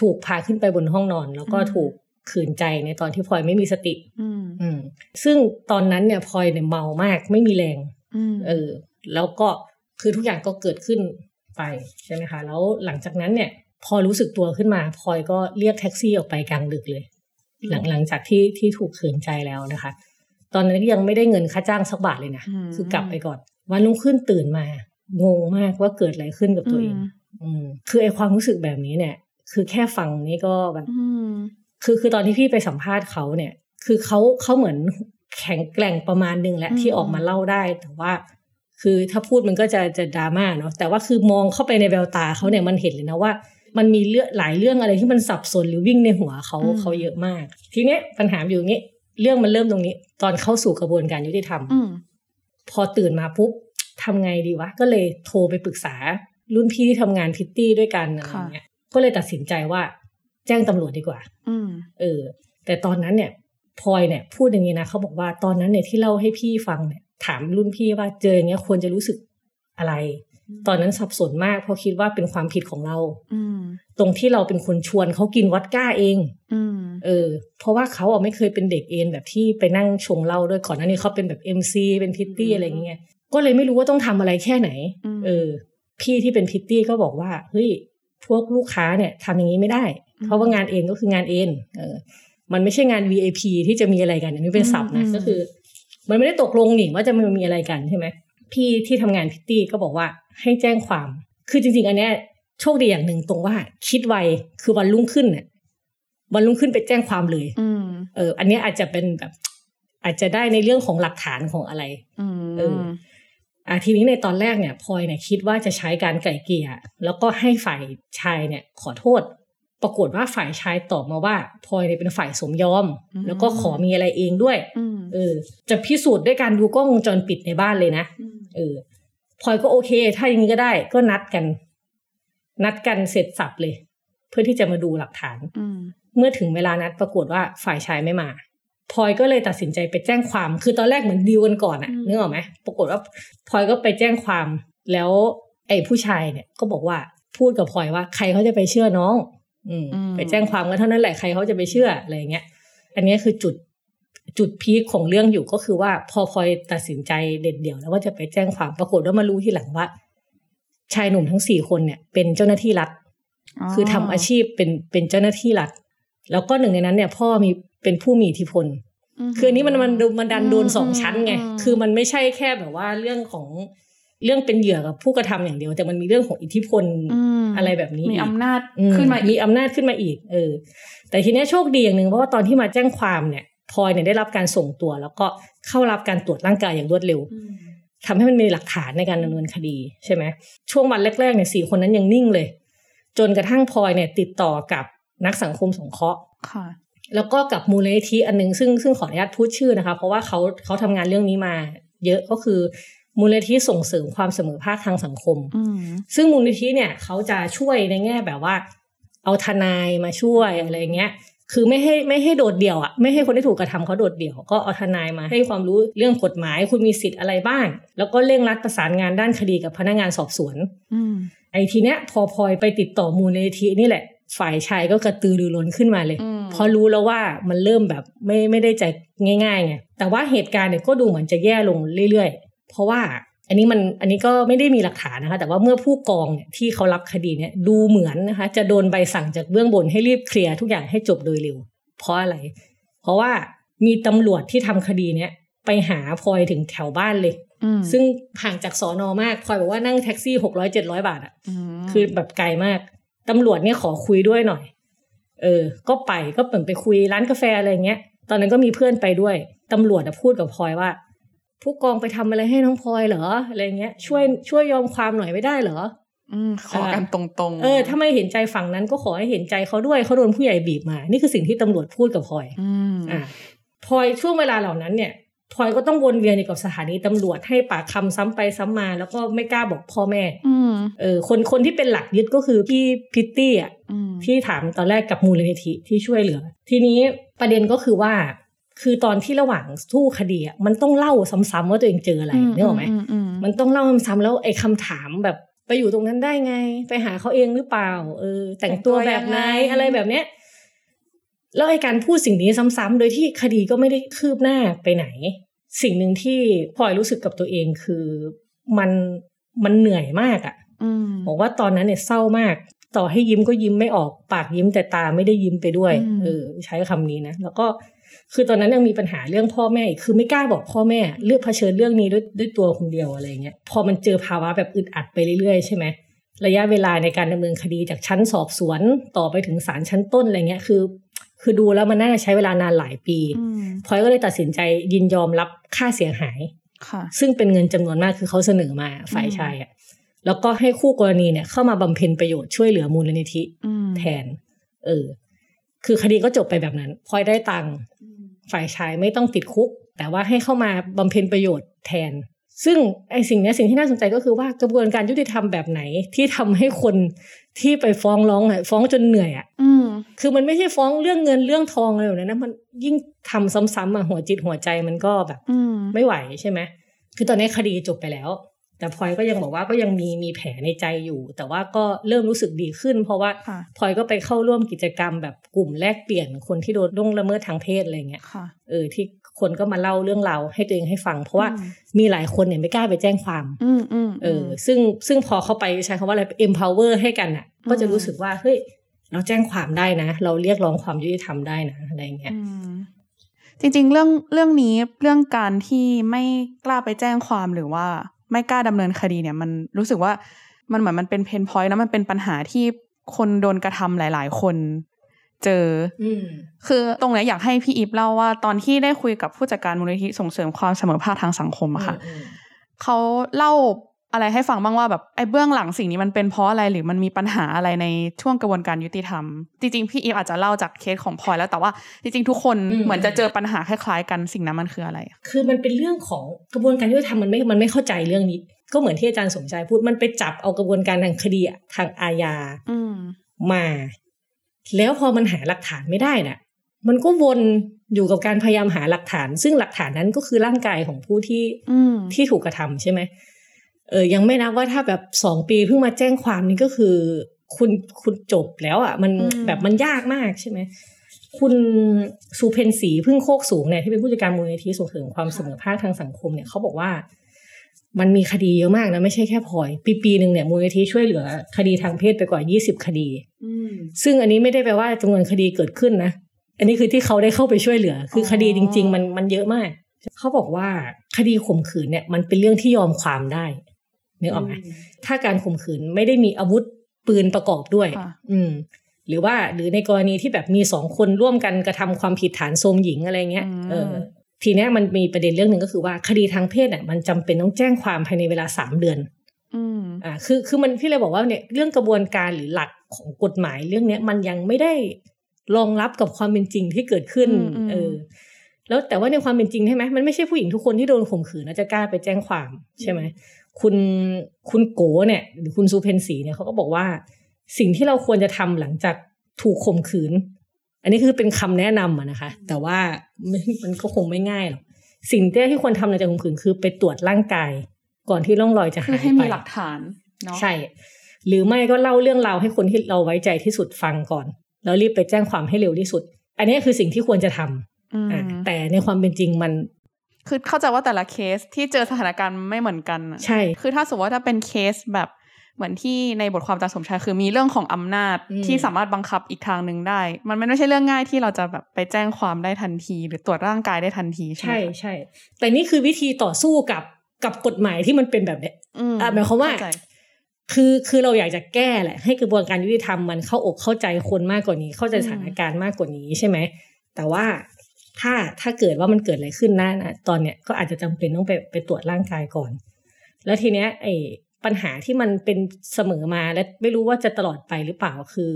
Speaker 2: ถูกพาขึ้นไปบนห้องนอน แล้วก็ถูกขืนใจในตอนที่พลอยไม่มีสติ
Speaker 1: อืม
Speaker 2: อืมซึ่งตอนนั้นเนี่ยพลอยเนี่ยเมามากไม่มีแรง
Speaker 1: อืม
Speaker 2: เออแล้วก็คือทุกอย่างก็เกิดขึ้นไปใช่ไหมคะ แล้วหลังจากนั้นเนี่ย พอรู้สึกตัวขึ้นมาพลอยก็เรียกแท็กซี่ออกไปกลางดึกเลย
Speaker 1: อืม
Speaker 2: หลังหลังจากที่ที่ถูกขืนใจแล้วนะคะ ตอนนั้นก็ยังไม่ได้เงินค่าจ้างสักบาทเลยนะ
Speaker 1: ม
Speaker 2: คือกลับไปก่อน วันรุ่งขึ้นตื่นมางงมากว่าเกิดอะไรขึ้นกับตัวเองอืมคือไอความรู้สึกแบบนี้เนี่ย คือแค่ฟังนี่ก็แบบ
Speaker 1: อืม
Speaker 2: คือคือตอนที่พี่ไปสัมภาษณ์เขาเนี่ย คือเขาเขาเหมือนแข็งแกร่งประมาณหนึงแหละ
Speaker 1: อืม
Speaker 2: ที่ออกมาเล่าได้ แต่ว่า คือถ้าพูดมันก็จะจะดราม่าเนาะแต่ว่าคือมองเข้าไปในแววตาเขาเนี่ยมันเห็นเลยนะว่า มันมีเรื่องหลายเรื่องอะไรที่มันสับสนหรือวิ่งในหัวเขา
Speaker 1: อืม
Speaker 2: เขาเยอะมาก ทีเนี้ยปัญหาอยู่อย่างนี้เรื่องมันเริ่มตรงนี้ ตอนเข้าสู่กระบวนการยุติธรรม
Speaker 1: อืม
Speaker 2: พอตื่นมาปุ๊บทำไงดีวะ ก็เลยโทรไปปรึกษา รุ่นพี่ที่ทำงานพิตตี้ด้วยกันอะไรอย่างเงี้ยก็เลยตัดสินใจว่าแจ้งตำรวจดีกว่า
Speaker 1: อืม
Speaker 2: เออแต่ตอนนั้นเนี่ยพลอยเนี่ยพูดอย่างนี้นะเขาบอกว่าตอนนั้นเนี่ยที่เล่าให้พี่ฟังเนี่ยถามรุ่นพี่ว่าเจออย่างเงี้ยควรจะรู้สึกอะไร ตอนนั้นสับสนมากเพราะคิดว่าเป็นความผิดของเรา
Speaker 1: อืม
Speaker 2: ตรงที่เราเป็นคนชวนเขากินวอดก้าเอง
Speaker 1: อืม
Speaker 2: เออ เพราะว่าเขาอ่ะไม่เคยเป็นเด็กเอ็นแบบที่ไปนั่งชงเหล้าด้วยก่อนหน้านี้เขาเป็นแบบเอ็มซีเป็นพิตตี้อะไรอย่างเงี้ยก็เลยไม่รู้ว่าต้องทำอะไรแค่ไหน
Speaker 1: อืม
Speaker 2: เออ พี่ที่เป็นพิตตี้ก็บอกว่าเฮ้ยพวกลูกค้าเนี่ยทำอย่างนี้ไม่ได้ เพราะว่างานเอ็นก็คืองานเอ็นเออ มันไม่ใช่งาน VAP ที่จะมีอะไรกันอันนี้เป็นศัพท์นะ
Speaker 1: อืม
Speaker 2: ก็คือ มันไม่ได้ตกลงนี่ว่าจะมันมีอะไรกันใช่ไหมพี่ที่ทำงานพิตตี้ก็บอกว่าให้แจ้งความ คือจริง ๆ อันเนี้ยโชคดีอย่างหนึ่งตรงว่า คิดไวคือวันรุ่งขึ้นเนี่ยวันรุ่งขึ้นไปแจ้งความเลย
Speaker 1: อืม
Speaker 2: เออ อันเนี้ยอาจจะเป็นแบบ อาจจะได้ในเรื่องของหลักฐานของอะไร
Speaker 1: อืม
Speaker 2: เออ อ่ะทีนี้ในตอนแรกเนี่ยพลอยเนี่ยคิดว่าจะใช้การไกล่เกลี่ยแล้วก็ให้ฝ่ายชายเนี่ยขอโทษ ปรากฏว่าฝ่ายชายตอบมาว่าพลอยเนี่ยเป็นฝ่ายสมยอม แล้วก็ขอมีอะไรเองด้วย
Speaker 1: อืม
Speaker 2: เออ จะพิสูจน์ด้วยการดูกล้องวงจรปิดในบ้านเลยนะ
Speaker 1: อืม
Speaker 2: เออพลอยก็โอเค ถ้าอย่างนี้ก็ได้ ก็นัดกัน นัดกันเสร็จสับเลย เพื่อที่จะมาดูหลักฐาน
Speaker 1: อืม
Speaker 2: เมื่อถึงเวลานัดปรากฏว่าฝ่ายชายไม่มาพลอยก็เลยตัดสินใจไปแจ้งความ คือตอนแรกเหมือนดีลกันก่อนอะ
Speaker 1: อืม
Speaker 2: นึกออกไหมปรากฏว่าพลอยก็ไปแจ้งความ แล้วไอ้ผู้ชายเนี่ยก็บอกว่าพูดกับพลอยว่าใครเขาจะไปเชื่อน้อง อืม
Speaker 1: อืม
Speaker 2: ไปแจ้งความก็เท่านั้นแหละใครเขาจะไปเชื่ออะไรอย่างเงี้ย อันเนี้ยคือจุดจุดพีคของเรื่องอยู่ก็คือว่าพอพลอยตัดสินใจเด็ดเดี่ยวแล้วว่าจะไปแจ้งความปรากฏว่ามารู้ทีหลังว่า ชายหนุ่มทั้งสี่คนเนี่ย เป็นเจ้าหน้าที่รัฐ คือทำอาชีพเป็นเป็นเจ้าหน้าที่รัฐ แล้วก็หนึ่งในนั้นเนี่ย พ่อมีเป็นผู้มีอิทธิพล
Speaker 1: ม
Speaker 2: คืออันนี้มันมันมันดันโดนสองชั้นไง
Speaker 1: อืม
Speaker 2: คือมันไม่ใช่แค่แบบว่าเรื่องของเรื่องเป็นเหยื่อกับผู้กระทำอย่างเดียว แต่มันมีเรื่องของอิทธิพล
Speaker 1: ม
Speaker 2: อะไรแบบนี้
Speaker 1: มี
Speaker 2: อีก
Speaker 1: อำนาจ
Speaker 2: อื
Speaker 1: ขึ้นมาอีก
Speaker 2: มีอำนาจขึ้นมาอีก เออ แต่ทีเนี้ยโชคดีอย่างหนึ่งเพราะว่าตอนที่มาแจ้งความเนี่ยพลอยเนี่ยได้รับการส่งตัว แล้วก็เข้ารับการตรวจร่างกายอย่างรวดเร็ว
Speaker 1: อืม
Speaker 2: ทำให้มันมีหลักฐานในการดำเนินคดีใช่ไหมช่วงวันแรกๆเนี่ยสี่คนนั้นยังนิ่งเลย จนกระทั่งพลอยเนี่ยติดต่อกับนักสังคมสงเคราะห์
Speaker 1: ค่ะ
Speaker 2: แล้วก็กับมูลนิธิอันหนึงซึ่งซึ่งขออนุญาตพูดชื่อนะคะ เพราะว่าเขาเขาทำงานเรื่องนี้มา เยอะก็คือมูลนิธิส่งเสริมความเสมอภาคทางสังคม
Speaker 1: อืม
Speaker 2: ซึ่งมูลนิธิเนี่ยเขาจะช่วยในแง่แบบว่า เอาทนายมาช่วยอะไรเงี้ย คือไม่ให้ไม่ให้โดดเดี่ยวอะไม่ให้คนที่ถูกกระทำเขาโดดเดี่ยว ก็เอาทนายมาให้ความรู้เรื่องกฎหมาย คุณมีสิทธิ์อะไรบ้าง แล้วก็เร่งรัดประสานงานด้านคดีกับพนักงานสอบสวน
Speaker 1: อืม
Speaker 2: ไอ้ทีเนี้ยพอพลอยไปติดต่อมูลนิธินี่แหละ ฝ่ายชายก็กระตือรือร้นขึ้นมาเลย
Speaker 1: อืม
Speaker 2: เพราะรู้แล้วว่ามันเริ่มแบบไม่ไม่ได้ใจง่ายๆไงแต่ว่าเหตุการณ์เนี่ยก็ดูเหมือนจะแย่ลงเรื่อยๆ เพราะว่าอันนี้มันอันนี้ก็ไม่ได้มีหลักฐานนะคะ แต่ว่าเมื่อผู้กองเนี่ยที่เขารับคดีเนี่ยดูเหมือนนะคะ จะโดนใบสั่งจากเบื้องบนให้รีบเคลียร์ทุกอย่างให้จบโดยเร็ว เพราะอะไร เพราะว่ามีตำรวจที่ทำคดีเนี่ยไปหาพลอยถึงแถวบ้านเลย
Speaker 1: อืม
Speaker 2: ซึ่งห่างจากสอนอมากพลอยบอกว่านั่งแท็กซี่หกร้อยเจ็ดร้อยบาทอะ
Speaker 1: ม
Speaker 2: คือแบบไกลมาก ตำรวจเนี่ยขอคุยด้วยหน่อย เออ ก็ไป ก็เหมือนไปคุยร้านกาแฟอะไรเงี้ย ตอนนั้นก็มีเพื่อนไปด้วย ตำรวจอะพูดกับพลอยว่า ผู้กองไปทำอะไรให้น้องพลอยเหรอ อะไรเงี้ย ช่วยช่วยยอมความหน่อยไม่ได้เหรอ
Speaker 1: อืมขอกันตรงๆ
Speaker 2: เออ ถ้าไม่เห็นใจฝั่งนั้นก็ขอให้เห็นใจเขาด้วย เขาโดนผู้ใหญ่บีบมา นี่คือสิ่งที่ตำรวจพูดกับพลอย
Speaker 1: อืม
Speaker 2: อ่ะพลอยช่วงเวลาเหล่านั้นเนี่ยพลอยก็ต้องวนเวียนอยู่กับสถานีตำรวจให้ปากคำซ้ำไปซ้ำมา แล้วก็ไม่กล้าบอกพ่อแม่
Speaker 1: อืม
Speaker 2: เออคนคนที่เป็นหลักยึดก็คือพี่พิตตี้อ่ะ
Speaker 1: อืม
Speaker 2: ที่ถามตอนแรกกับมูลนิธิที่ช่วยเหลือ ทีนี้ประเด็นก็คือว่า คือตอนที่ระหว่างสู้คดีอ่ะมันต้องเล่าซ้ำๆว่าตัวเองเจออะไรนึกออกไหม
Speaker 1: ม
Speaker 2: มันต้องเล่าซ้ำๆแล้วไอ้คำถามแบบไปอยู่ตรงนั้นได้ไง ไปหาเขาเองหรือเปล่า เออ แต่งตัวแบบไหนอะไรแบบเนี้ยแล้วไอ้การพูดสิ่งนี้ซ้ำๆโดยที่คดีก็ไม่ได้คืบหน้าไปไหน สิ่งหนึ่งที่พลอยรู้สึกกับตัวเองคือมันมันเหนื่อยมากอ่ะ
Speaker 1: อืม
Speaker 2: บอกว่าตอนนั้นเนี่ยเศร้ามาก ต่อให้ยิ้มก็ยิ้มไม่ออก ปากยิ้มแต่ตาไม่ได้ยิ้มไปด้วยเออใช้คำนี้นะแล้วก็คือตอนนั้นยังมีปัญหาเรื่องพ่อแม่อีกคือไม่กล้าบอกพ่อแม่ เลือกเผชิญเรื่องนี้ด้วยด้วยตัวคนเดียวอะไรเงี้ยพอมันเจอภาวะแบบอึดอัดไปเรื่อยๆใช่ไหมระยะเวลาในการดำเนินคดีจากชั้นสอบสวนต่อไปถึงศาลชั้นต้นอะไรเงี้ยคือ คือดูแล้วมันน่าจะใช้เวลานานหลายปี
Speaker 1: อืม
Speaker 2: พลอยก็เลยตัดสินใจยินยอมรับค่าเสียหาย
Speaker 1: ค่ะ
Speaker 2: ซึ่งเป็นเงินจำนวนมากคือเขาเสนอมาฝ่ายชายอะแล้วก็ให้คู่กรณีเนี่ยเข้ามาบำเพ็ญประโยชน์ช่วยเหลือมูลนิธิ
Speaker 1: อืม
Speaker 2: แทน เออ คือคดีก็จบไปแบบนั้นพลอยได้ตังค์ฝ่ายชายไม่ต้องติดคุก แต่ว่าให้เข้ามาบำเพ็ญประโยชน์แทน ซึ่งไอสิ่งเนี้ยสิ่งที่น่าสนใจก็คือว่ากระบวนการยุติธรรมแบบไหนที่ทำให้คนที่ไปฟ้องร้องอะฟ้องจนเหนื่อยอะ
Speaker 1: อืม
Speaker 2: คือมันไม่ใช่ฟ้องเรื่องเงินเรื่องทองอะไรแบบนั้นนะมันยิ่งทำซ้ำๆอะหัวจิตหัวใจมันก็แบบ
Speaker 1: อืม
Speaker 2: ไม่ไหวใช่ไหม คือตอนนี้คดีจบไปแล้ว แต่พลอยก็ยังบอกว่าก็ยังมีมีแผลในใจอยู่ แต่ว่าก็เริ่มรู้สึกดีขึ้น เพราะว่า
Speaker 1: ค่ะ
Speaker 2: พลอยก็ไปเข้าร่วมกิจกรรมแบบกลุ่มแลกเปลี่ยนคนที่โดนล่วงละเมิดทางเพศอะไรเงี้ย
Speaker 1: ค่ะ
Speaker 2: เออที่คนก็มาเล่าเรื่องราวให้ตัวเองให้ฟัง เพราะว่า
Speaker 1: อืม
Speaker 2: มีหลายคนเนี่ยไม่กล้าไปแจ้งความ
Speaker 1: อืมอืม
Speaker 2: เออ ซึ่งซึ่งพอเข้าไปใช้คำว่าอะไร empower ให้กันอ่ะ ก็จะรู้สึกว่าเฮ้ยเราแจ้งความได้นะ เราเรียกร้องความยุติธรรมได้นะอะไรเงี้ย
Speaker 1: อืมจริงๆ เรื่องเรื่องนี้เรื่องการที่ไม่กล้าไปแจ้งความหรือว่าไม่กล้าดำเนินคดีเนี่ย มันรู้สึกว่ามันเหมือนมันเป็นเพนพอยต์แล้วมันเป็นปัญหาที่คนโดนกระทำหลาย ๆ คนเจอ
Speaker 2: อืม
Speaker 1: คือตรงเนี้ยอยากให้พี่อีฟเล่าว่าตอนที่ได้คุยกับผู้จัดการมูลนิธิส่งเสริมความเสมอภาคทางสังคมอะค่ะ เขาเล่าอะไรให้ฟังบ้างว่าแบบไอ้เบื้องหลังสิ่งนี้มันเป็นเพราะอะไรหรือมันมีปัญหาอะไรในช่วงกระบวนการยุติธรรม จริง ๆ พี่อีฟอาจจะเล่าจากเคสของพลอยแล้วแต่ว่าจริง ๆ ทุกคน
Speaker 2: อืม
Speaker 1: เหมือนจะเจอปัญหาคล้าย ๆ กันสิ่งนั้นมันคืออะไรอะ
Speaker 2: คือมันเป็นเรื่องของกระบวนการยุติธรรมมันไม่ มันไม่เข้าใจเรื่องนี้ ก็เหมือนที่อาจารย์สมชายพูด มันไปจับเอากระบวนการทางคดีอะทางอาญา
Speaker 1: อืม
Speaker 2: มา แล้วพอมันหาหลักฐานไม่ได้น่ะ มันก็วนอยู่กับการพยายามหาหลักฐาน ซึ่งหลักฐานนั้นก็คือร่างกายของผู้ที่
Speaker 1: อืม
Speaker 2: ที่ถูกกระทำใช่ไหมเออ ยังไม่นับว่าถ้าแบบสองปีเพิ่งมาแจ้งความนี่ก็คือ คุณคุณจบแล้วอะมัน
Speaker 1: อืม
Speaker 2: แบบมันยากมากใช่ไหม คุณสุเพนศรีพึ่งโคกสูงเนี่ยที่เป็นผู้จัดการมูลนิธิส่งเสริมความเสมอภาคทางสังคมเนี่ยเขาบอกว่า มันมีคดีเยอะมากนะ ไม่ใช่แค่พลอย ปีปีหนึ่งเนี่ยมูลนิธิช่วยเหลือคดีทางเพศไปกว่า 20 คดี ซึ่งอันนี้ไม่ได้แปลว่าจำนวนคดีเกิดขึ้นนะ อันนี้คือที่เขาได้เข้าไปช่วยเหลือ คืออ
Speaker 1: อ
Speaker 2: คดีจริง ๆ มันมันเยอะมาก เขาบอกว่าคดีข่มขืนเนี่ยมันเป็นเรื่องที่ยอมความได้นึกออกไหมถ้าการข่มขืนไม่ได้มีอาวุธปืนประกอบด้วย
Speaker 1: ค่ะ
Speaker 2: อืม หรือว่าหรือในกรณีที่แบบมีสองคนร่วมกันกระทำความผิดฐานโทรมหญิงอะไรเงี้ย
Speaker 1: อืม
Speaker 2: เออ ทีเนี้ยมันมีประเด็นเรื่องหนึ่งก็คือว่าคดีทางเพศเนี่ยมันจำเป็นต้องแจ้งความภายในเวลาสามเดือน
Speaker 1: อืม
Speaker 2: อ่าคือคือมันพี่เลยบอกว่าเนี่ยเรื่องกระบวนการหรือหลักของกฎหมายเรื่องเนี้ยมันยังไม่ได้รองรับกับความเป็นจริงที่เกิดขึ้น
Speaker 1: อืมอืม
Speaker 2: เออแล้วแต่ว่าในความเป็นจริงใช่ไหมมันไม่ใช่ผู้หญิงทุกคนที่โดนข่มขืนนะจะกล้าไปแจ้งความใช่ไหมคุณคุณโกเนี่ยหรือคุณซูเพนสีเนี่ยเขาก็บอกว่า สิ่งที่เราควรจะทำหลังจากถูกข่มขืน อันนี้คือเป็นคำแนะนำอะนะคะ แต่ว่า มันมันก็คงไม่ง่ายหรอกสิ่งแรกที่ควรทำหลังจากข่มขืนคือไปตรวจร่างกาย ก่อนที่ร่องรอยจะหา
Speaker 1: เพื่
Speaker 2: ย
Speaker 1: อให้
Speaker 2: ไป
Speaker 1: มีหลักฐานเนาะ
Speaker 2: ใช่ หรือไม่ก็เล่าเรื่องราวให้คนที่เราไว้ใจที่สุดฟังก่อน แล้วรีบไปแจ้งความให้เร็วที่สุด อันนี้คือสิ่งที่ควรจะทำ
Speaker 1: อืม
Speaker 2: อ่ะแต่ในความเป็นจริงมัน
Speaker 1: คือเข้าใจว่าแต่ละเคสที่เจอสถานการณ์ไม่เหมือนกันอะ
Speaker 2: ใช่
Speaker 1: คือถ้าสมมติว่าถ้าเป็นเคสแบบเหมือนที่ในบทความอาจารย์สมชายคือมีเรื่องของอำนาจ
Speaker 2: อืม
Speaker 1: ที่สามารถบังคับอีกทางหนึ่งได้ มันมันไม่ใช่เรื่องง่ายที่เราจะแบบไปแจ้งความได้ทันที หรือตรวจร่างกายได้ทันทีใช่ไหม
Speaker 2: ใช่
Speaker 1: คะ
Speaker 2: ใช่ แต่นี่คือวิธีต่อสู้กับกับกฎหมายที่มันเป็นแบบเนี้ย
Speaker 1: อืม
Speaker 2: อ่ะหมายความว่า
Speaker 1: เข้ใจ
Speaker 2: คือคือเราอยากจะแก้แหละ ให้กระบวนการยุติธรรมมันเข้าอกเข้าใจคนมากกว่านี้ เข้าใจสถานการณ์มากกว่านี้ใช่ไหม แต่ว่าถ้าถ้าเกิดว่ามันเกิดอะไรขึ้นนะนะตอนเนี้ยก็อาจจะจำเป็นต้องไปไปตรวจร่างกายก่อน แล้วทีเนี้ยไอ้ปัญหาที่มันเป็นเสมอมาและไม่รู้ว่าจะตลอดไปหรือเปล่าคือ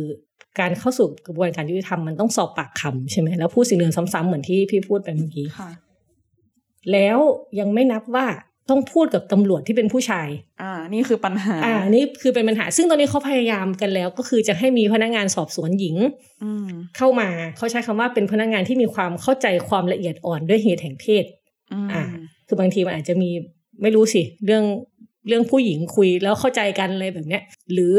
Speaker 2: การเข้าสู่กระบวนการยุติธรรมมันต้องสอบปากคำใช่ไหมแล้วพูดสิ่งเดิมซ้ำๆเหมือนที่พี่พูดไปเมื่อกี้
Speaker 1: ค่ะ
Speaker 2: แล้วยังไม่นับว่าต้องพูดกับตำรวจที่เป็นผู้ชาย
Speaker 1: อ่า นี่คือปัญหา
Speaker 2: อ่านี่คือเป็นปัญหา ซึ่งตอนนี้เขาพยายามกันแล้ว ก็คือจะให้มีพนักงานสอบสวนหญิง
Speaker 1: อืม
Speaker 2: เข้ามา เขาใช้คำว่าเป็นพนักงานที่มีความเข้าใจความละเอียดอ่อนด้วยเหตุแห่งเพศ
Speaker 1: อืม
Speaker 2: อ่า คือบางทีมันอาจจะมีไม่รู้สิ เรื่องเรื่องผู้หญิงคุยแล้วเข้าใจกันอะไรแบบเนี้ย หรือ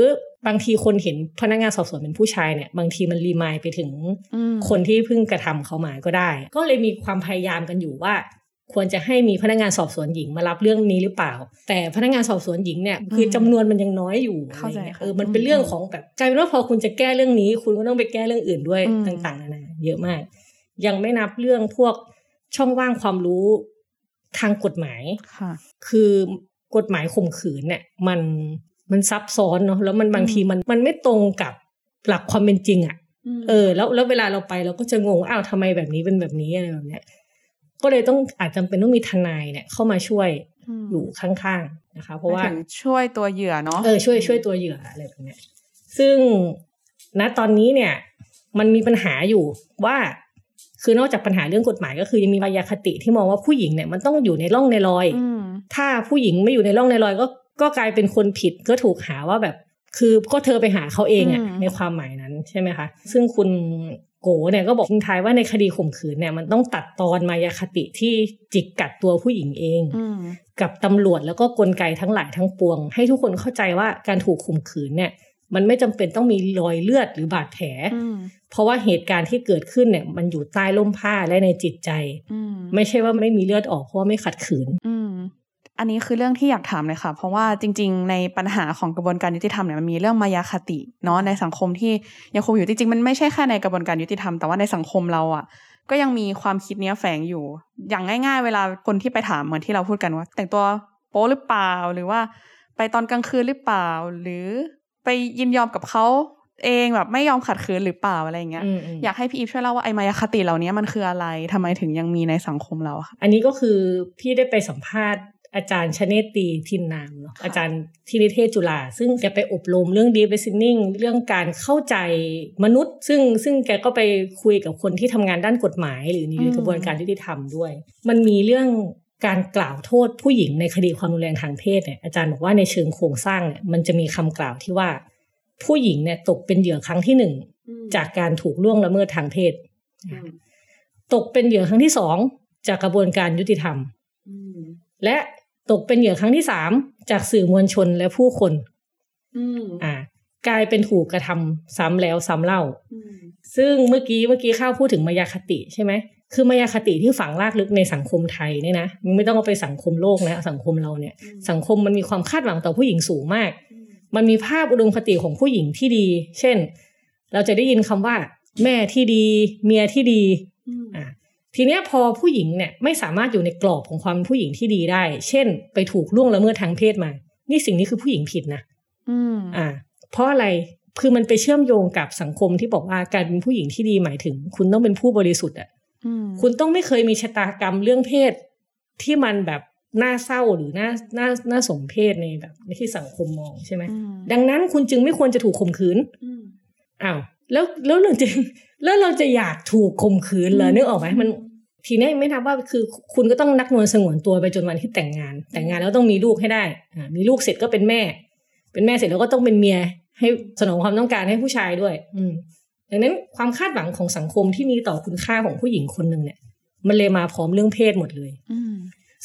Speaker 2: บางทีคนเห็นพนักงานสอบสวนเป็นผู้ชายเนี่ย บางทีมันรีมายไปถึง
Speaker 1: อืม
Speaker 2: คนที่เพิ่งกระทำเขามาก็ได้ ก็เลยมีความพยายามกันอยู่ว่า ควรจะให้มีพนักงานสอบสวนหญิงมารับเรื่องนี้หรือเปล่า แต่พนักงานสอบสวนหญิงเนี่ยคือจำนวนมันยังน้อยอยู่
Speaker 1: เข้าใจ
Speaker 2: อะไรงี้ย
Speaker 1: ค่ะ
Speaker 2: เออมันเป็นเรื่องของแบบกลายเป็นว่าพอคุณจะแก้เรื่องนี้ คุณก็ต้องไปแก้เรื่องอื่นด้วย
Speaker 1: อืม
Speaker 2: ต่างๆนานาเยอะมาก ยังไม่นับเรื่องพวกช่องว่างความรู้ทางกฎหมาย
Speaker 1: ค่ะ
Speaker 2: คือกฎหมายข่มขืนเนี่ยมันมันซับซ้อนเนาะแล้วมันบางทีมันมันไม่ตรงกับหลักความเป็นจริงอะ เออแล้วแล้วเวลาเราไปเราก็จะงงว่าอ้าวทำไมแบบนี้เป็นแบบนี้อะไรแบบเนี้ยก็เลยต้องอาจจำเป็นต้องมีทนายเนี่ยเข้ามาช่วย
Speaker 1: ม
Speaker 2: อยู่ข้างๆนะคะ เพราะว่า
Speaker 1: หมยถึงช่วยตัวเหยื่อเนาะ
Speaker 2: เออช่วยช่วยตัวเหยื่ออะไรแบบเนี้ยซึ่งณตอนนี้เนี่ย มันมีปัญหาอยู่ว่าคือนอกจากปัญหาเรื่องกฎหมายก็คือยังมีมายาคติที่มองว่าผู้หญิงเนี่ยมันต้องอยู่ในร่องในรอย
Speaker 1: อืม
Speaker 2: ถ้าผู้หญิงไม่อยู่ในร่องในรอยก็ก็กลายเป็นคนผิดก็ถูกหาว่าแบบ คือก็เธอไปหาเขาเองอะในความหมายนั้นใช่ไหมคะ ซึ่งคุณโกเนี่ยก็บอกทิ้งท้ายว่าในคดีข่มขืนเนี่ยมันต้องตัดตอนมายาคติที่จิกกัดตัวผู้หญิงเอง
Speaker 1: อืม
Speaker 2: กับตำรวจแล้วก็กลไกทั้งหลายทั้งปวง ให้ทุกคนเข้าใจว่าการถูกข่มขืนเนี่ย มันไม่จำเป็นต้องมีรอยเลือดหรือบาดแผล
Speaker 1: อืม
Speaker 2: เพราะว่าเหตุการณ์ที่เกิดขึ้นเนี่ยมันอยู่ใต้ล่มผ้าและในจิตใจ
Speaker 1: อืม
Speaker 2: ไม่ใช่ว่าไม่มีเลือดออกเพราะว่าไม่ขัดขืน
Speaker 1: อืม อันนี้คือเรื่องที่อยากถามเลยค่ะ เพราะว่าจริง ๆ ในปัญหาของกระบวนการยุติธรรมเนี่ยมันมีเรื่องมายาคติเนาะในสังคมที่ยังคงอยู่จริงๆ มันไม่ใช่แค่ในกระบวนการยุติธรรมแต่ว่าในสังคมเราอะ่ะ ก็ยังมีความคิดเนี้ยแฝงอยู่ อย่างง่าย ๆ เวลาคนที่ไปถามเหมือนที่เราพูดกันว่า แต่งตัวโป๊หรือเปล่าหรือว่า ไปตอนกลางคืนหรือเปล่า หรือไปยินยอมกับเขาเองแบบไม่ยอมขัดขืนหรือเปล่าอะไรอย่างเงี้ย อยากให้พี่อีฟช่วยเล่าว่าไอมายาคติเหล่านี้มันคืออะไรทำไมถึงยังมีในสังคมเราอะค่ะ
Speaker 2: อันนี้ก็คือพี่ได้ไปสัมภาษณ์อาจารย์ชเนตตีทินนามเนาะ
Speaker 1: ค่ะ
Speaker 2: อาจารย์ที่นิเทศจุฬาซึ่งแกไปอบรมเรื่อง deep listening เรื่องการเข้าใจมนุษย์ ซึ่งซึ่งแกก็ไปคุยกับคนที่ทำงานด้านกฎหมาย หรือในกระบวนการยุติธรรมด้วย มันมีเรื่องการกล่าวโทษผู้หญิงในคดีความรุนแรงทางเพศเนี่ยอาจารย์บอกว่าในเชิงโครงสร้างเนี่ยมันจะมีคำกล่าวที่ว่า ผู้หญิงเนี่ยตกเป็นเหยื่อครั้งที่หนึ่งจากการถูกล่วงละเมิดทางเพศ ตกเป็นเหยื่อครั้งที่สองจากกระบวนการยุติธรรม และตกเป็นเหยื่อครั้งที่สามจากสื่อมวลชนและผู้คน
Speaker 1: อืม
Speaker 2: อ่ากลายเป็นถูกกระทำซ้ำแล้วซ้ำเล่า ซึ่งเมื่อกี้เมื่อกี้ข้าวพูดถึงมายาคติใช่ไหมคือมายาคติที่ฝังรากลึกในสังคมไทยเนี่ยนะมึงไม่ต้องเอาไปสังคมโลกนะสังคมเราเนี่ย สังคมมันมีความคาดหวังต่อผู้หญิงสูงมาก มันมีภาพอุดมคติของผู้หญิงที่ดี เช่น เราจะได้ยินคำว่า แม่ที่ดี เมียที่ดี อ่ะทีเนี้ยพอผู้หญิงเนี่ยไม่สามารถอยู่ในกรอบของความเป็นผู้หญิงที่ดีได้ เช่น ไปถูกล่วงละเมิดทางเพศมา นี่สิ่งนี้คือผู้หญิงผิดนะ
Speaker 1: อืม
Speaker 2: อ่า เพราะอะไร คือมันไปเชื่อมโยงกับสังคมที่บอกว่าการเป็นผู้หญิงที่ดีหมายถึง คุณต้องเป็นผู้บริสุทธิ์อ่ะ
Speaker 1: อืม
Speaker 2: คุณต้องไม่เคยมีชะตากรรมเรื่องเพศที่มันแบบ น่าเศร้าหรือน่าน่าน่าสมเพชในแบบในที่สังคมมองใช่ไหม
Speaker 1: อืม
Speaker 2: ดังนั้นคุณจึงไม่ควรจะถูกข่มขืน
Speaker 1: อืม
Speaker 2: อ้าวแล้วแล้วเราจะแล้วเราจะอยากถูกข่มขืนเหรอ
Speaker 1: อืม
Speaker 2: นึกออกไหมมัน ทีนี้ไม่นับว่าคือคุณก็ต้องนักนวลสงวนตัวไปจนวันที่แต่งงาน แต่งงานแล้วต้องมีลูกให้ได้อ่ามีลูกเสร็จก็เป็นแม่ เป็นแม่เสร็จแล้วก็ต้องเป็นเมีย ให้สนองความต้องการให้ผู้ชายด้วย อืมดังนั้นความคาดหวังของสังคมที่มีต่อคุณค่าของผู้หญิงคนหนึ่งเนี่ย มันเลยมาพร้อมเรื่องเพศหมดเลย
Speaker 1: อืม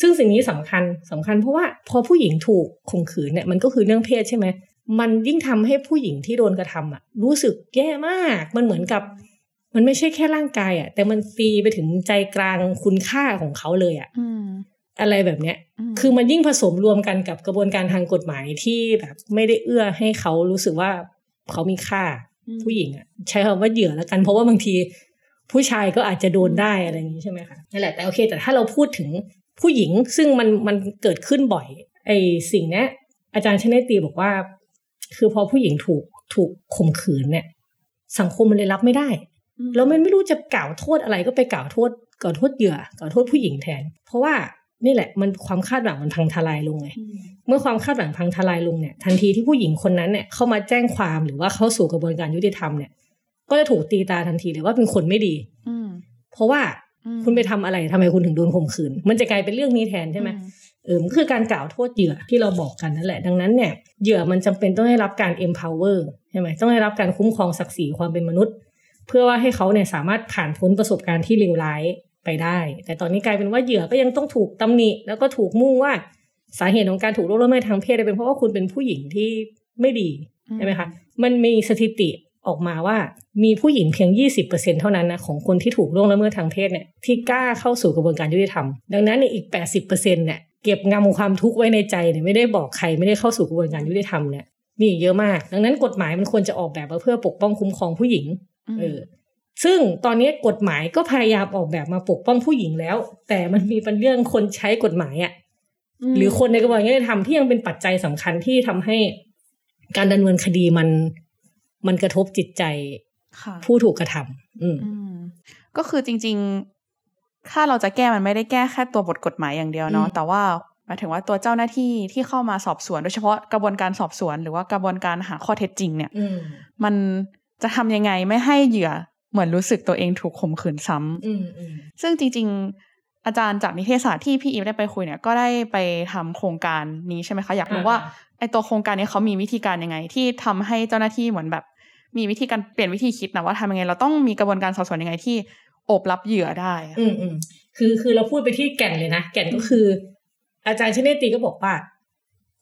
Speaker 2: ซึ่งสิ่งนี้สำคัญสำคัญเพราะว่าพอผู้หญิงถูกข่มขืนเนี่ยมันก็คือเรื่องเพศใช่ไหมมันยิ่งทำให้ผู้หญิงที่โดนกระทำอะรู้สึกแย่มาก มันเหมือนกับ มันไม่ใช่แค่ร่างกายอะแต่มันตีไปถึงใจกลางคุณค่าของเขาเลยอะ
Speaker 1: อืม
Speaker 2: อะไรแบบเนี้ย
Speaker 1: ม
Speaker 2: คือมันยิ่งผสมรวมกันกับกระบวนการทางกฎหมายที่แบบไม่ได้เอื้อให้เขารู้สึกว่าเขามีค่า ผู้หญิงอ่ะใช้คำว่าเหยื่อแล้วกัน เพราะว่าบางทีผู้ชายก็อาจจะโดนได้อะไรอย่างนี้ใช่ไหมคะนั่นแหละแต่โอเค แต่ถ้าเราพูดถึงผู้หญิงซึ่งมันมันเกิดขึ้นบ่อย ไอ้สิ่งเนี้ยอาจารย์ชเนตีบอกว่า คือพอผู้หญิงถูกถูกข่มขืนเนี่ย สังคมมันเลยรับไม่ได้ แล้วมันไม่รู้จะกล่าวโทษอะไรก็ไปกล่าวโทษกล่าวโทษเหยื่อกล่าวโทษผู้หญิงแทน เพราะว่านี่แหละมันความคาดหวังมันพังทลายลงไง
Speaker 1: อืม
Speaker 2: เมื่อความคาดหวังพังทลายลงเนี่ยทันทีที่ผู้หญิงคนนั้นเนี่ยเข้ามาแจ้งความหรือว่าเข้าสู่กระบวนการยุติธรรมเนี่ย ก็จะถูกตีตาทันทีเลยว่าเป็นคนไม่ดี
Speaker 1: อืม
Speaker 2: เพราะว่า
Speaker 1: อืม
Speaker 2: คุณไปทำอะไรทำไมคุณถึงโดนข่มขืน มันจะกลายเป็นเรื่องนี้แทนใช่ไหม
Speaker 1: อื
Speaker 2: เออมันก็คือการกล่าวโทษเหยื่อที่เราบอกกันนั่นแหละ ดังนั้นเนี่ยเหยื่อมันจำเป็นต้องได้รับการ empower ใช่ไหมต้องได้รับการคุ้มครองศักดิ์ศรีความเป็นมนุษย์ เพื่อว่าให้เขาเนี่ยสามารถผ่านพ้นประสบการณ์ที่เลวร้ายไปได้ แต่ตอนนี้กลายเป็นว่าเหยื่อก็ยังต้องถูกตำหนิ แล้วก็ถูกมุ่งว่าสาเหตุของการถูกล่วงละเมิดทางเพศเนี่ยเป็นเพราะว่าคุณเป็นผู้หญิงที่ไม่ดี ใช่ไหมคะ มันมีสถิติออกมาว่ามีผู้หญิงเพียง 20%เท่านั้นนะของคนที่ถูกล่วงละเมิดทางเพศเนี่ยที่กล้าเข้าสู่กระบวนการยุติธรรม ดังนั้นเนี่ยอีก 80%เนี่ยเก็บงำความทุกข์ไว้ในใจเนี่ยไม่ได้บอกใครไม่ได้เข้าสู่กระบวนการยุติธรรมเนี่ยมีอีกเยอะมาก ดังนั้นกฎหมายมันควรจะออกแบบมาเพื่อปกป้องคุ้มครองผู้หญิง
Speaker 1: ม
Speaker 2: เออซึ่งตอนนี้กฎหมายก็พยายามออกแบบมาปกป้องผู้หญิงแล้ว แต่มันมีเป็นเรื่องคนใช้กฎหมายอะ่ะ
Speaker 1: ม
Speaker 2: หรือคนในกระบวนการยุติธรรมที่ยังเป็นปัจจัยสำคัญที่ทำให้การดำเนินคดีมัน มันกระทบจิตใจ
Speaker 1: ค่ะ
Speaker 2: ผู้ถูกกระทำอืม
Speaker 1: อืมก็คือจริง ๆ ถ้าเราจะแก้มันไม่ได้แก้แค่ตัวบทกฎหมายอย่างเดียวเนาะ
Speaker 2: อืม
Speaker 1: แต่ว่าหมายถึงว่าตัวเจ้าหน้าที่ที่เข้ามาสอบสวน โดยเฉพาะกระบวนการสอบสวน หรือว่ากระบวนการหาข้อเท็จจริงเนี่ย
Speaker 2: อืม
Speaker 1: มันจะทำยังไงไม่ให้เหยื่อเหมือนรู้สึกตัวเองถูกข่มขืนซ้ำ
Speaker 2: อืมอืม
Speaker 1: ซึ่งจริง ๆ อาจารย์จากนิเทศศาสตร์ที่พี่อีฟได้ไปคุยเนี่ยก็ได้ไปทำโครงการนี้ใช่ไหมคะ อยากรู้
Speaker 2: อ่า
Speaker 1: ว่าไอตัวโครงการเนี้เขามีวิธีการยังไง ที่ทำให้เจ้าหน้าที่เหมือนแบบ มีวิธีการเปลี่ยนวิธีคิดนะว่าทำยังไง เราต้องมีกระบวนการสอบสวนยังไงที่โอบรับเหยื่อได้อะ
Speaker 2: อืมอืมคือคือเราพูดไปที่แก่นเลยนะ แก่นก็คือ อาจารย์ชเนตีก็บอกว่า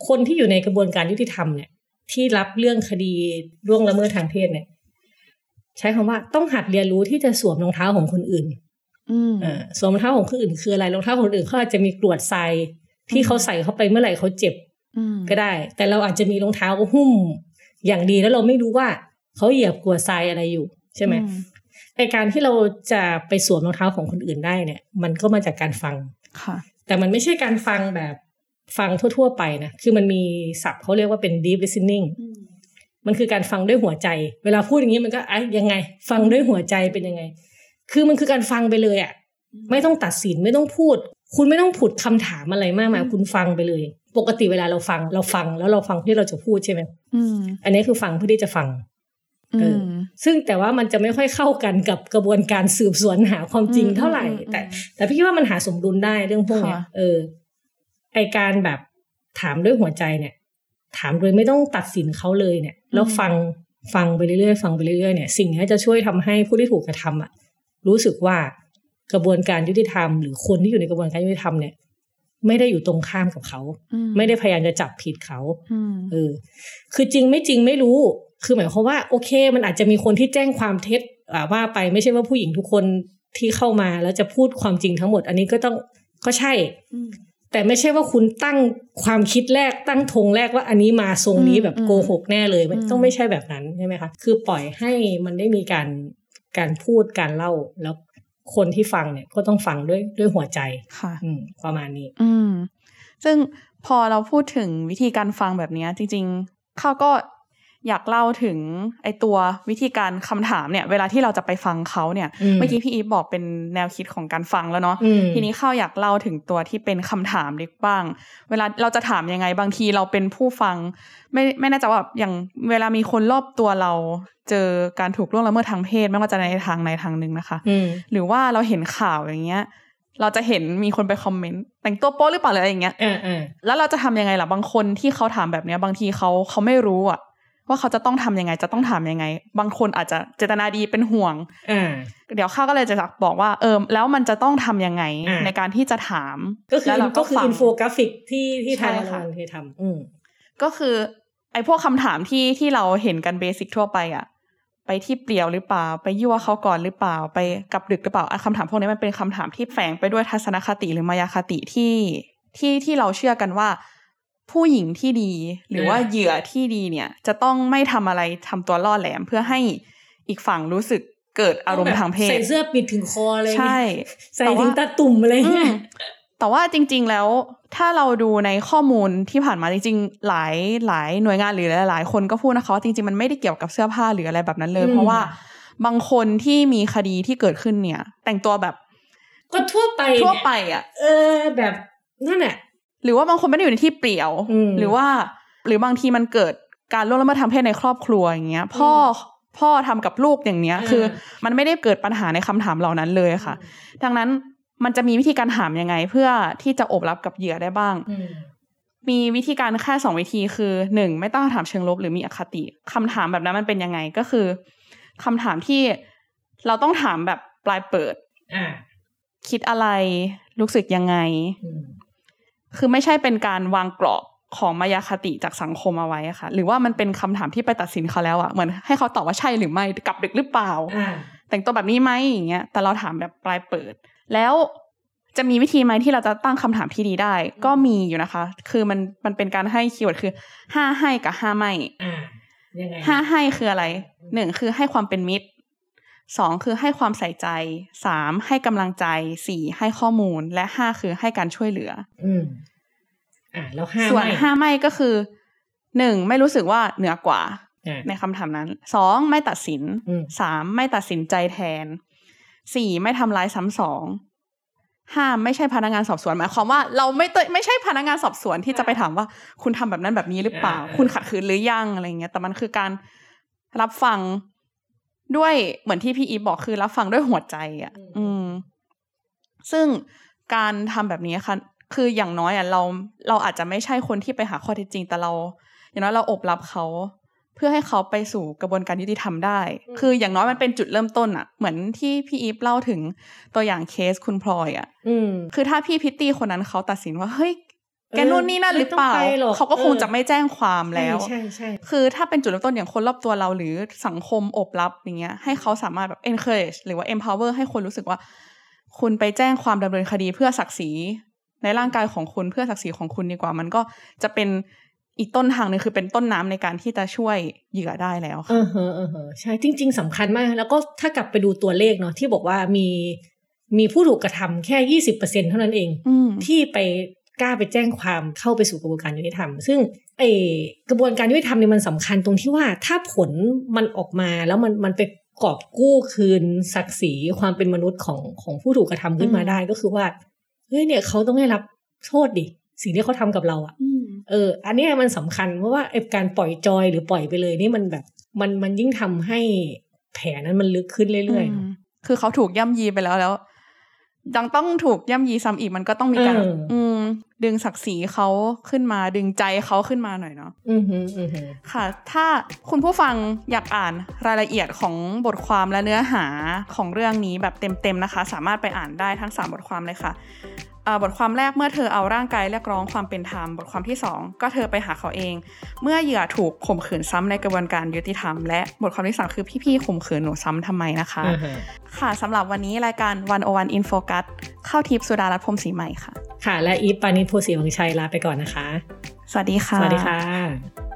Speaker 2: คนที่อยู่ในกระบวนการยุติธรรมเนี่ย ที่รับเรื่องคดีล่วงละเมิดทางเพศเนี่ย ใช้คำว่าต้องหัดเรียนรู้ที่จะสวมรองเท้าของคนอื่น
Speaker 1: อืม
Speaker 2: เอ่อสวมรองเท้าของคนอื่นคืออะไรรองเท้าของคนอื่นเขาอาจจะมีกรวดทรายที่
Speaker 1: อืม
Speaker 2: เขาใส่เข้าไปเมื่อไหร่เขาเจ็บ
Speaker 1: อืม
Speaker 2: ก็ได้ แต่เราอาจจะมีรองเท้าหุ้ม อย่างดีแล้วเราไม่รู้ว่าเขาเหยียบกรวดทรายอะไรอยู่ใช่ไหม
Speaker 1: อื
Speaker 2: ไอการที่เราจะไปสวมรองเท้าของคนอื่นได้เนี่ย มันก็มาจากการฟัง
Speaker 1: ค่ะ
Speaker 2: แต่มันไม่ใช่การฟังแบบฟังทั่ว ๆ ไปนะ คือมันมีศัพท์เขาเรียกว่าเป็น deep listening มันคือการฟังด้วยหัวใจ เวลาพูดอย่างนี้มันก็ไอ้ยังไง ฟังด้วยหัวใจเป็นยังไง คือมันคือการฟังไปเลยอะ่ะ ไม่ต้องตัดสินไม่ต้องพูด คุณไม่ต้องผุดคำถามอะไรมากมายคุณฟังไปเลย ปกติเวลาเราฟังเราฟังแล้วเราฟังเพื่อที่เราจะพูดใช่ไหม
Speaker 1: อืม
Speaker 2: อันนี้คือฟังเพื่อที่จะฟัง
Speaker 1: อื
Speaker 2: เออ
Speaker 1: ม
Speaker 2: ซึ่งแต่ว่ามันจะไม่ค่อยเข้ากันกับกระบวนการสืบสวนหาความจริง
Speaker 1: อืม
Speaker 2: เท่าไหร่
Speaker 1: อืมอืม
Speaker 2: แต่ แต่พี่คิดว่ามันหาสมดุลได้เรื่องพวกเนี้ย
Speaker 1: ค่ะ
Speaker 2: เออไอการแบบถามด้วยหัวใจเนี่ย ถามโดยไม่ต้องตัดสินเขาเลยเนี่ย แล้วฟังฟังไปเรื่อยๆฟังไปเรื่อยๆเนี่ย สิ่งเนี้ยจะช่วยทำให้ผู้ที่ถูกกระทำอ่ะ รู้สึกว่ากระบวนการยุติธรรมหรือคนที่อยู่ในกระบวนการยุติธรรมเนี่ย ไม่ได้อยู่ตรงข้ามกับเขา
Speaker 1: อื
Speaker 2: ไม่ได้พยายามจะจับผิดเขา
Speaker 1: อืม
Speaker 2: เออ คือจริงไม่จริงไม่รู้ คือหมายความว่าโอเค มันอาจจะมีคนที่แจ้งความเท็จอ่าว่าไปไม่ใช่ว่าผู้หญิงทุกคนที่เข้ามาแล้วจะพูดความจริงทั้งหมด อันนี้ก็ต้องก็ใช่
Speaker 1: อืม
Speaker 2: แต่ไม่ใช่ว่าคุณตั้งความคิดแรกตั้งธงแรกว่าอันนี้มาทรงนี้
Speaker 1: อืม
Speaker 2: แบบโกหกแน่เลยมัน
Speaker 1: อืม
Speaker 2: ต้องไม่ใช่แบบนั้นใช่ไหมคะคือปล่อยให้มันได้มีการการพูดการเล่า แล้วคนที่ฟังเนี่ยก็ต้องฟังด้วยด้วยหัวใจ
Speaker 1: ค่ะ
Speaker 2: อืมประมาณนี้
Speaker 1: อืม ซึ่งพอเราพูดถึงวิธีการฟังแบบเนี้ยจริงๆ ข้าวก็ อยากเล่าถึงไอตัววิธีการคำถามเนี่ย เวลาที่เราจะไปฟังเขาเนี่ย
Speaker 2: อืม
Speaker 1: เมื่อกี้พี่อีฟบอกเป็นแนวคิดของการฟังแล้วเนาะ
Speaker 2: อืม
Speaker 1: ทีนี้เข้าอยากเล่าถึงตัวที่เป็นคำถามดิบ้าง เวลาเราจะถามยังไงบางทีเราเป็นผู้ฟัง ไม่ไม่แน่ใจว่าแบบอย่างเวลามีคนรอบตัวเรา เจอการถูกล่วงละเมิดทางเพศไม่ว่าจะในทางไหนทางหนึ่งนะคะ
Speaker 2: อืม
Speaker 1: หรือว่าเราเห็นข่าวอย่างเงี้ย เราจะเห็นมีคนไปคอมเมนต์แต่งตัวโป๊หรือเปล่าหรืออะไรอย่างเงี้ย
Speaker 2: อ่าอ่า
Speaker 1: แล้วเราจะทำยังไงล่ะบางคนที่เขาถามแบบเนี้ย บางทีเขาเขาไม่รู้อะว่าเขาจะต้องทำยังไงจะต้องถามยังไง บางคนอาจจะเจตนาดีเป็นห่วง
Speaker 2: อ่า
Speaker 1: เดี๋ยวข้าก็เลยจะบอกว่าเออแล้วมันจะต้องทำยังไง
Speaker 2: อ่า
Speaker 1: ในการที่จะถาม
Speaker 2: ก็คือ
Speaker 1: แล้วเรา
Speaker 2: ก็คือ
Speaker 1: ฟัง
Speaker 2: อินโฟกราฟิกที่ที่ทาง
Speaker 1: ใช่
Speaker 2: โรง
Speaker 1: ค่ะ
Speaker 2: งานเคยทำอืม
Speaker 1: ก็คือ ไอ้พวกคำถามที่ที่เราเห็นกันเบสิกทั่วไปอะไปที่เปลี่ยวหรือเปล่า ไปยั่วเขาก่อนหรือเปล่า ไปกลับดึกหรือเปล่าอ่ะคำถามพวกนี้มันเป็นคำถามที่แฝงไปด้วยทัศนคติหรือมายาคติที่ที่ที่เราเชื่อกันว่า ผู้หญิงที่ดีหรือว่า
Speaker 2: อ่า
Speaker 1: เหยื่อที่ดีเนี่ย จะต้องไม่ทำอะไรทำตัวล่อแหลมเพื่อให้อีกฝั่งรู้สึกเกิดอารมณ์ทางเพศ
Speaker 2: ใส่เสื้อปิดถึงคอเลย
Speaker 1: ใช่
Speaker 2: ใส่
Speaker 1: แต่ว่า
Speaker 2: ถึงตาตุ่มอะไรเงี้ย
Speaker 1: อืม แต่ว่าจริงๆแล้วถ้าเราดูในข้อมูลที่ผ่านมาจริงๆ หลายหลายหน่วยงานหรือหลายๆ คนก็พูดนะคะว่าจริงๆ มันไม่ได้เกี่ยวกับเสื้อผ้าหรืออะไรแบบนั้นเลย
Speaker 2: อืม
Speaker 1: เพราะว่าบางคนที่มีคดีที่เกิดขึ้นเนี่ย แต่งตัวแบบ
Speaker 2: ก็ทั่วไปเนี่ย
Speaker 1: ทั่วไปอะ่ะ
Speaker 2: เออแบบนั่นแหละ
Speaker 1: หรือว่าบางคนไม่ได้อยู่ในที่เปลี่ยว
Speaker 2: อืม
Speaker 1: หรือว่าหรือบางทีมันเกิดการล่วงละเมิดทางเพศในครอบครัวอย่างเงี้ยพ่ออพ่อทำกับลูกอย่างเนี้ย
Speaker 2: อ่า
Speaker 1: คือมันไม่ได้เกิดปัญหาในคำถามเหล่านั้นเลยค่ะ ดังนั้นมันจะมีวิธีการถามยังไง เพื่อที่จะอบรับกับเหยื่อได้บ้าง
Speaker 2: อืม
Speaker 1: มีวิธีการแค่สองวิธีคือหนึ่งไม่ต้องถามเชิงลบหรือมีอคติคำถามแบบนั้นมันเป็นยังไงก็คือคำถามที่เราต้องถามแบบปลายเปิด
Speaker 2: อ่า
Speaker 1: คิดอะไร รู้สึกยังไง
Speaker 2: อืม
Speaker 1: คือไม่ใช่เป็นการวางกรอบของมายาคติจากสังคมเอาไว้อะค่ะ หรือว่ามันเป็นคำถามที่ไปตัดสินเขาแล้วอะเหมือนให้เขาตอบว่าใช่หรือไม่กลับดึกหรือเปล่า
Speaker 2: อ่า
Speaker 1: แต่งตัวแบบนี้ไหมอย่างเงี้ย แต่เราถามแบบปลายเปิด แล้วจะมีวิธีไหมที่เราจะตั้งคำถามที่ดีได้ ก็มีอยู่นะคะ คือมันมันเป็นการให้คีย์เวิร์ดคือห้าให้กับห้าไม่
Speaker 2: อ่า ยังไง
Speaker 1: ห้าให้คืออะไรหนึ่งคือให้ความเป็นมิตรสองคือให้ความใส่ใจสามให้กำลังใจสี่ให้ข้อมูลและห้าคือให้การช่วยเหลือ
Speaker 2: อืม อ่า แล้วห้า
Speaker 1: ส่วน
Speaker 2: ไม่
Speaker 1: ห้าไม่ก็คือหนึ่งไม่รู้สึกว่าเหนือกว่า
Speaker 2: อ่า
Speaker 1: ในคำถามนั้นสองไม่ตัดสิน
Speaker 2: อืม
Speaker 1: สามไม่ตัดสินใจแทนสี่ไม่ทำร้ายซ้ำสองห้าไม่ใช่พนักงานสอบสวนหมายความว่าเราไม่ต้องไม่ใช่พนักงานสอบสวนที่จะไปถามว่า คุณทำแบบนั้นแบบนี้หรือเปล่า คุณขัดขืนหรือยังอะไรเงี้ยแต่มันคือการรับฟังด้วยเหมือนที่พี่อีฟบอกคือรับฟังด้วยหัวใจอ่ะ อืม ซึ่งการทำแบบนี้ค่ะ คืออย่างน้อยอ่ะเราเราอาจจะไม่ใช่คนที่ไปหาข้อเท็จจริง แต่เรา อย่างน้อยเราอบรับเขา เพื่อให้เขาไปสู่กระบวนการยุติธรรมได้
Speaker 2: อืม
Speaker 1: คืออย่างน้อยมันเป็นจุดเริ่มต้นอะเหมือนที่พี่อีฟเล่าถึงตัวอย่างเคสคุณพลอยอะ
Speaker 2: อืม
Speaker 1: คือถ้าพี่พิตตี้คนนั้นเขาตัดสินว่าเฮ้ยแก
Speaker 2: เออ
Speaker 1: นู่นนี่นั่นหรือเปล่า
Speaker 2: ไม่ต้องไปหรอก
Speaker 1: เขาก็คง
Speaker 2: เออ
Speaker 1: จะไม่แจ้งความแล้ว
Speaker 2: ใช่ใช่ใช่
Speaker 1: คือถ้าเป็นจุดเริ่มต้นอย่างคนรอบตัวเราหรือสังคมอบรับอย่างเงี้ยให้เขาสามารถแบบ encourage หรือว่า empower ให้คนรู้สึกว่า คุณไปแจ้งความดำเนินคดีเพื่อศักดิ์ศรีในร่างกายของคุณเพื่อศักดิ์ศรีของคุณดีกว่า มันก็จะเป็นอีกต้นทางหนึงคือเป็นต้นน้ำในการที่จะช่วยเหยื่อได้แล้ว
Speaker 2: เอ
Speaker 1: ค่ะ
Speaker 2: อเฮอเออเฮอใช่จริง ๆสำคัญมาก แล้วก็ถ้ากลับไปดูตัวเลขเนาะที่บอกว่ามีมีผู้ถูกกระทำแค่ยี่สิบเปอร์เซ็นเท่านั้นเอง
Speaker 1: อืม
Speaker 2: ที่ไปกล้าไปแจ้งความเข้าไปสู่กระบวนการยุติธรรม ซึ่งไอกระบวนการยุติธรรมเนี่ยมันสำคัญตรงที่ว่าถ้าผลมันออกมาแล้วมันมันไปกอบกู้คืนศักดิ์ศรีความเป็นมนุษย์ของของผู้ถูกกระทำขึ้นมา
Speaker 1: อืม
Speaker 2: ได้ก็คือว่าเฮ้ยเนี่ยเขาต้องได้รับโทษดิสิ่งที่เขาทำกับเราอะ
Speaker 1: อืม
Speaker 2: เออ อันเนี้ยมันสำคัญเพราะว่าไอ้การปล่อยจอยหรือปล่อยไปเลยนี่มันแบบมันมันยิ่งทำให้แผลนั้นมันลึกขึ้นเรื่อยๆเนอะ
Speaker 1: มคือเขาถูกย่ำยีไปแล้วแล้วยังต้องถูกย่ำยีซ้ำอีกมันก็ต้องมีการ
Speaker 2: เออ
Speaker 1: อืม ดึงศักดิ์ศรีเขาขึ้นมา ดึงใจเขาขึ้นมาหน่อยเนาะ
Speaker 2: อือหืออือหือ
Speaker 1: ค่ะ ถ้าคุณผู้ฟังอยากอ่านรายละเอียดของบทความและเนื้อหาของเรื่องนี้แบบเต็มๆนะคะ สามารถไปอ่านได้ทั้ง 3 บทความเลยค่ะเอ่อบทความแรกเมื่อเธอเอาร่างกายเรียกร้องความเป็นธรรม บทความที่ 2 ก็เธอไปหาเขาเอง เมื่อเหยื่อถูกข่มขืนซ้ำในกระบวนการยุติธรรม และบทความที่ 3 คือพี่ๆข่มขืนหนูซ้ำทำไมนะคะ
Speaker 2: อ่าฮะ
Speaker 1: ค่ะสำหรับวันนี้รายการวันโอวันอินโฟกัสเข้าทิปสุดารัตน์พรหมศรีใหม่ค่ะ
Speaker 2: ค่ะ และอีฟปานิชโพสีวังชัยลาไปก่อนนะคะ
Speaker 1: สวัสดีค่ะ
Speaker 2: สวัสดีค่ะ